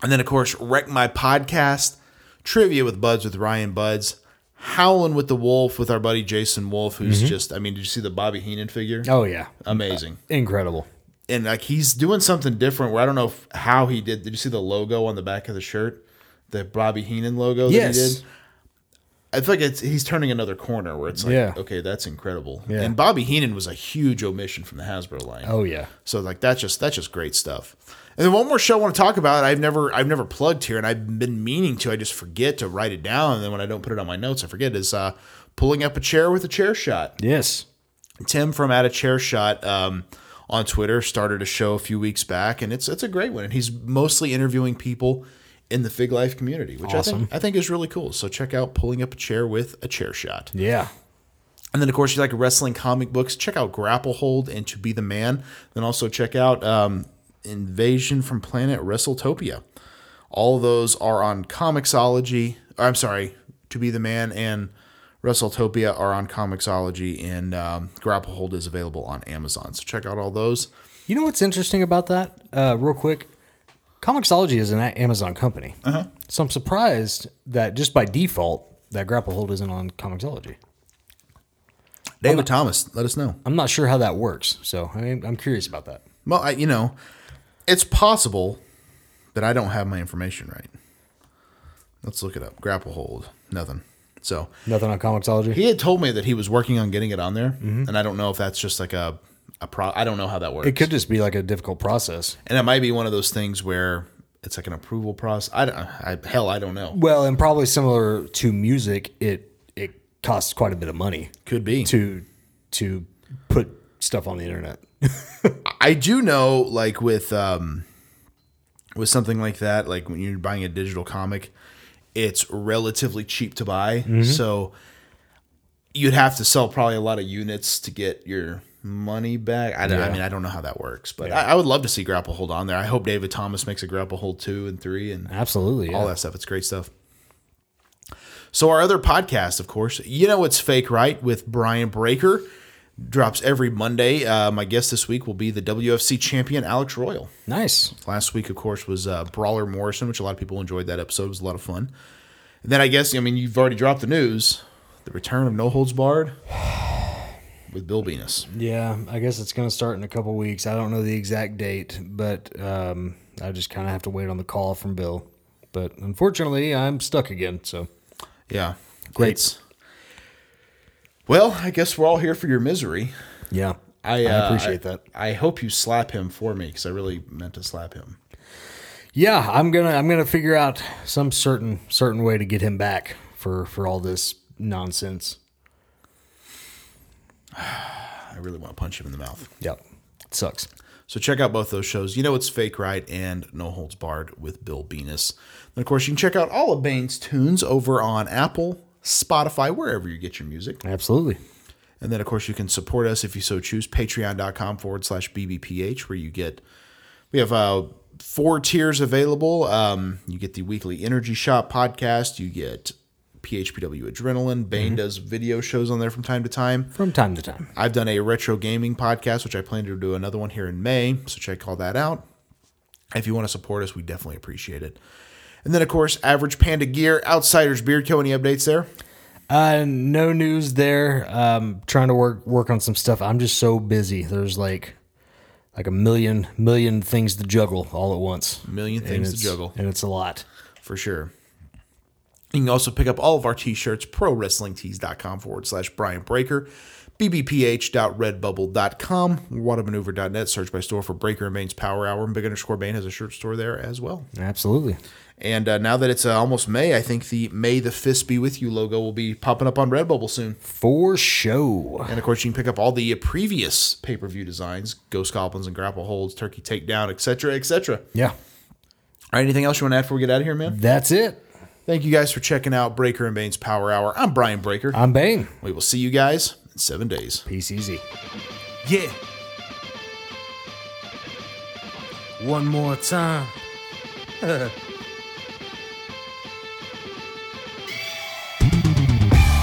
[SPEAKER 2] And then of course, wreck my podcast trivia with Buds with Ryan Buds, howling with the wolf with our buddy Jason Wolf, who's
[SPEAKER 3] Mm-hmm.
[SPEAKER 2] just I mean, did you see the Bobby Heenan figure?
[SPEAKER 3] Oh yeah,
[SPEAKER 2] Amazing.
[SPEAKER 3] incredible.
[SPEAKER 2] And like he's doing something different where I don't know if, how he did. Did you see the logo on the back of the shirt? The Bobby Heenan logo
[SPEAKER 3] Yes.
[SPEAKER 2] that he did? I feel like it's he's turning another corner where it's like,
[SPEAKER 3] Yeah.
[SPEAKER 2] okay, that's incredible.
[SPEAKER 3] Yeah.
[SPEAKER 2] And Bobby Heenan was a huge omission from the Hasbro line.
[SPEAKER 3] Oh yeah.
[SPEAKER 2] So like that's just that's just great stuff. And then one more show I want to talk about. I've never I've never plugged here, and I've been meaning to. I just forget to write it down, and then when I don't put it on my notes, I forget. Is uh, pulling up a chair with a chair shot.
[SPEAKER 3] Yes.
[SPEAKER 2] Tim from At a Chair Shot um, on Twitter started a show a few weeks back, and it's it's a great one. And he's mostly interviewing people in the Fig Life community, which I think I think is really cool. So check out pulling up a chair with a chair shot.
[SPEAKER 3] Yeah.
[SPEAKER 2] And then, of course, you like wrestling comic books, check out Grapple Hold and To Be the Man. Then also check out um, Invasion from Planet WrestleTopia. All those are on Comixology. Or, I'm sorry, To Be the Man and WrestleTopia are on Comixology, and um, Grapple Hold is available on Amazon. So check out all those.
[SPEAKER 3] You know what's interesting about that? Uh, real quick, Comixology is an A- Amazon company,
[SPEAKER 2] Uh-huh.
[SPEAKER 3] so I'm surprised that just by default that Grapple Hold isn't on Comixology.
[SPEAKER 2] David Thomas, let us know.
[SPEAKER 3] I'm not sure how that works, so I am I'm curious about that.
[SPEAKER 2] Well, I, you know, it's possible that I don't have my information right. Let's look it up. Grapple Hold, nothing. So
[SPEAKER 3] Nothing on Comixology.
[SPEAKER 2] He had told me that he was working on getting it on there, and I don't know if that's just like a a pro. I don't know how that works.
[SPEAKER 3] it could just be like a difficult process.
[SPEAKER 2] and it might be one of those things where it's like an approval process. I don't. I, hell, I don't know.
[SPEAKER 3] Well, and probably similar to music, it it costs quite a bit of money
[SPEAKER 2] Could be.
[SPEAKER 3] to to put stuff on the internet.
[SPEAKER 2] I do know, like with um, with something like that, like when you're buying a digital comic, it's relatively cheap to buy. So you'd have to sell probably a lot of units to get your money back. I, don't I mean, I don't know how that works, but I, I would love to see Grapple Hold on there. I hope David Thomas makes a Grapple Hold two and three and
[SPEAKER 3] Absolutely,
[SPEAKER 2] all that stuff. It's great stuff. So our other podcast, of course, you know it's fake, right? With Brian Breaker, drops every Monday. Uh, my guest this week will be the WFC champion Alex Royal.
[SPEAKER 3] Nice.
[SPEAKER 2] Last week, of course, was uh, Brawler Morrison, which a lot of people enjoyed that episode. It was a lot of fun. And then I guess I mean you've already dropped the news: the return of No Holds Barred [SIGHS] with Bill Venus.
[SPEAKER 3] Yeah, I guess it's going to start in a couple weeks. I don't know the exact date, but um, I just kind of have to wait on the call from Bill. But unfortunately, I'm stuck again. So
[SPEAKER 2] Yeah,
[SPEAKER 3] Great.
[SPEAKER 2] It's- well, I guess we're all here for your misery.
[SPEAKER 3] yeah,
[SPEAKER 2] I, uh,
[SPEAKER 3] appreciate that.
[SPEAKER 2] I hope you slap him for me because I really meant to slap him.
[SPEAKER 3] Yeah, I'm gonna I'm gonna figure out some certain certain way to get him back for for all this nonsense.
[SPEAKER 2] I really want to punch him in the mouth.
[SPEAKER 3] Yep, it sucks.
[SPEAKER 2] So check out both those shows. You know it's Fake Right and No Holds Barred with Bill Venus. And of course, you can check out all of Bane's tunes over on Apple, Spotify, wherever you get your music.
[SPEAKER 3] Absolutely.
[SPEAKER 2] And then, of course, you can support us if you so choose. Patreon.com forward slash BBPH, where you get, we have uh, four tiers available. Um, you get the weekly Energy Shot podcast, you get PHPW Adrenaline.
[SPEAKER 3] Mm-hmm.
[SPEAKER 2] Bane does video shows on there from time to time.
[SPEAKER 3] From time to time.
[SPEAKER 2] I've done a retro gaming podcast, which I plan to do another one here in May. So check all that out. If you want to support us, we definitely appreciate it. And then, of course, Average Panda Gear, Outsiders Beard Co. Any updates there?
[SPEAKER 3] Uh, no news there. Um, trying to work work on some stuff. I'm just so busy. There's like like a million million things to juggle all at once.
[SPEAKER 2] Million
[SPEAKER 3] And
[SPEAKER 2] things to
[SPEAKER 3] it's-
[SPEAKER 2] juggle.
[SPEAKER 3] and it's a lot.
[SPEAKER 2] for sure. You can also pick up all of our t-shirts, prowrestlingtees.com forward slash Brian Breaker, bbph.redbubble.com, whatamaneuver.net, search by store for Breaker and Bane's Power Hour, and Big Underscore Bane has a shirt store there as well.
[SPEAKER 3] Absolutely.
[SPEAKER 2] And uh, now that it's uh, almost May, I think the May the Fist Be With You logo will be popping up on Redbubble soon.
[SPEAKER 3] For show.
[SPEAKER 2] And of course, you can pick up all the previous pay-per-view designs, Ghost Goblins and Grapple Holds, Turkey Takedown, etc., etc. All
[SPEAKER 3] Yeah.
[SPEAKER 2] right, anything else you want to add before we get out of here, man?
[SPEAKER 3] That's it.
[SPEAKER 2] Thank you guys for checking out Breaker and Bane's Power Hour. I'm Brian Breaker.
[SPEAKER 3] I'm Bane.
[SPEAKER 2] We will see you guys in seven days.
[SPEAKER 3] Peace easy.
[SPEAKER 7] Yeah.
[SPEAKER 6] One more time.
[SPEAKER 1] [LAUGHS]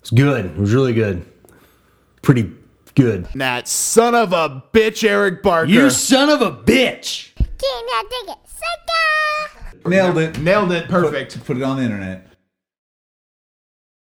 [SPEAKER 3] It's good. It was really good. Pretty good.
[SPEAKER 2] That son of a bitch, Eric Barker.
[SPEAKER 3] son of a bitch.
[SPEAKER 8] King, I dig it. Sucker!
[SPEAKER 9] Nailed it.
[SPEAKER 7] Nailed it. Perfect.
[SPEAKER 9] Put it on the internet.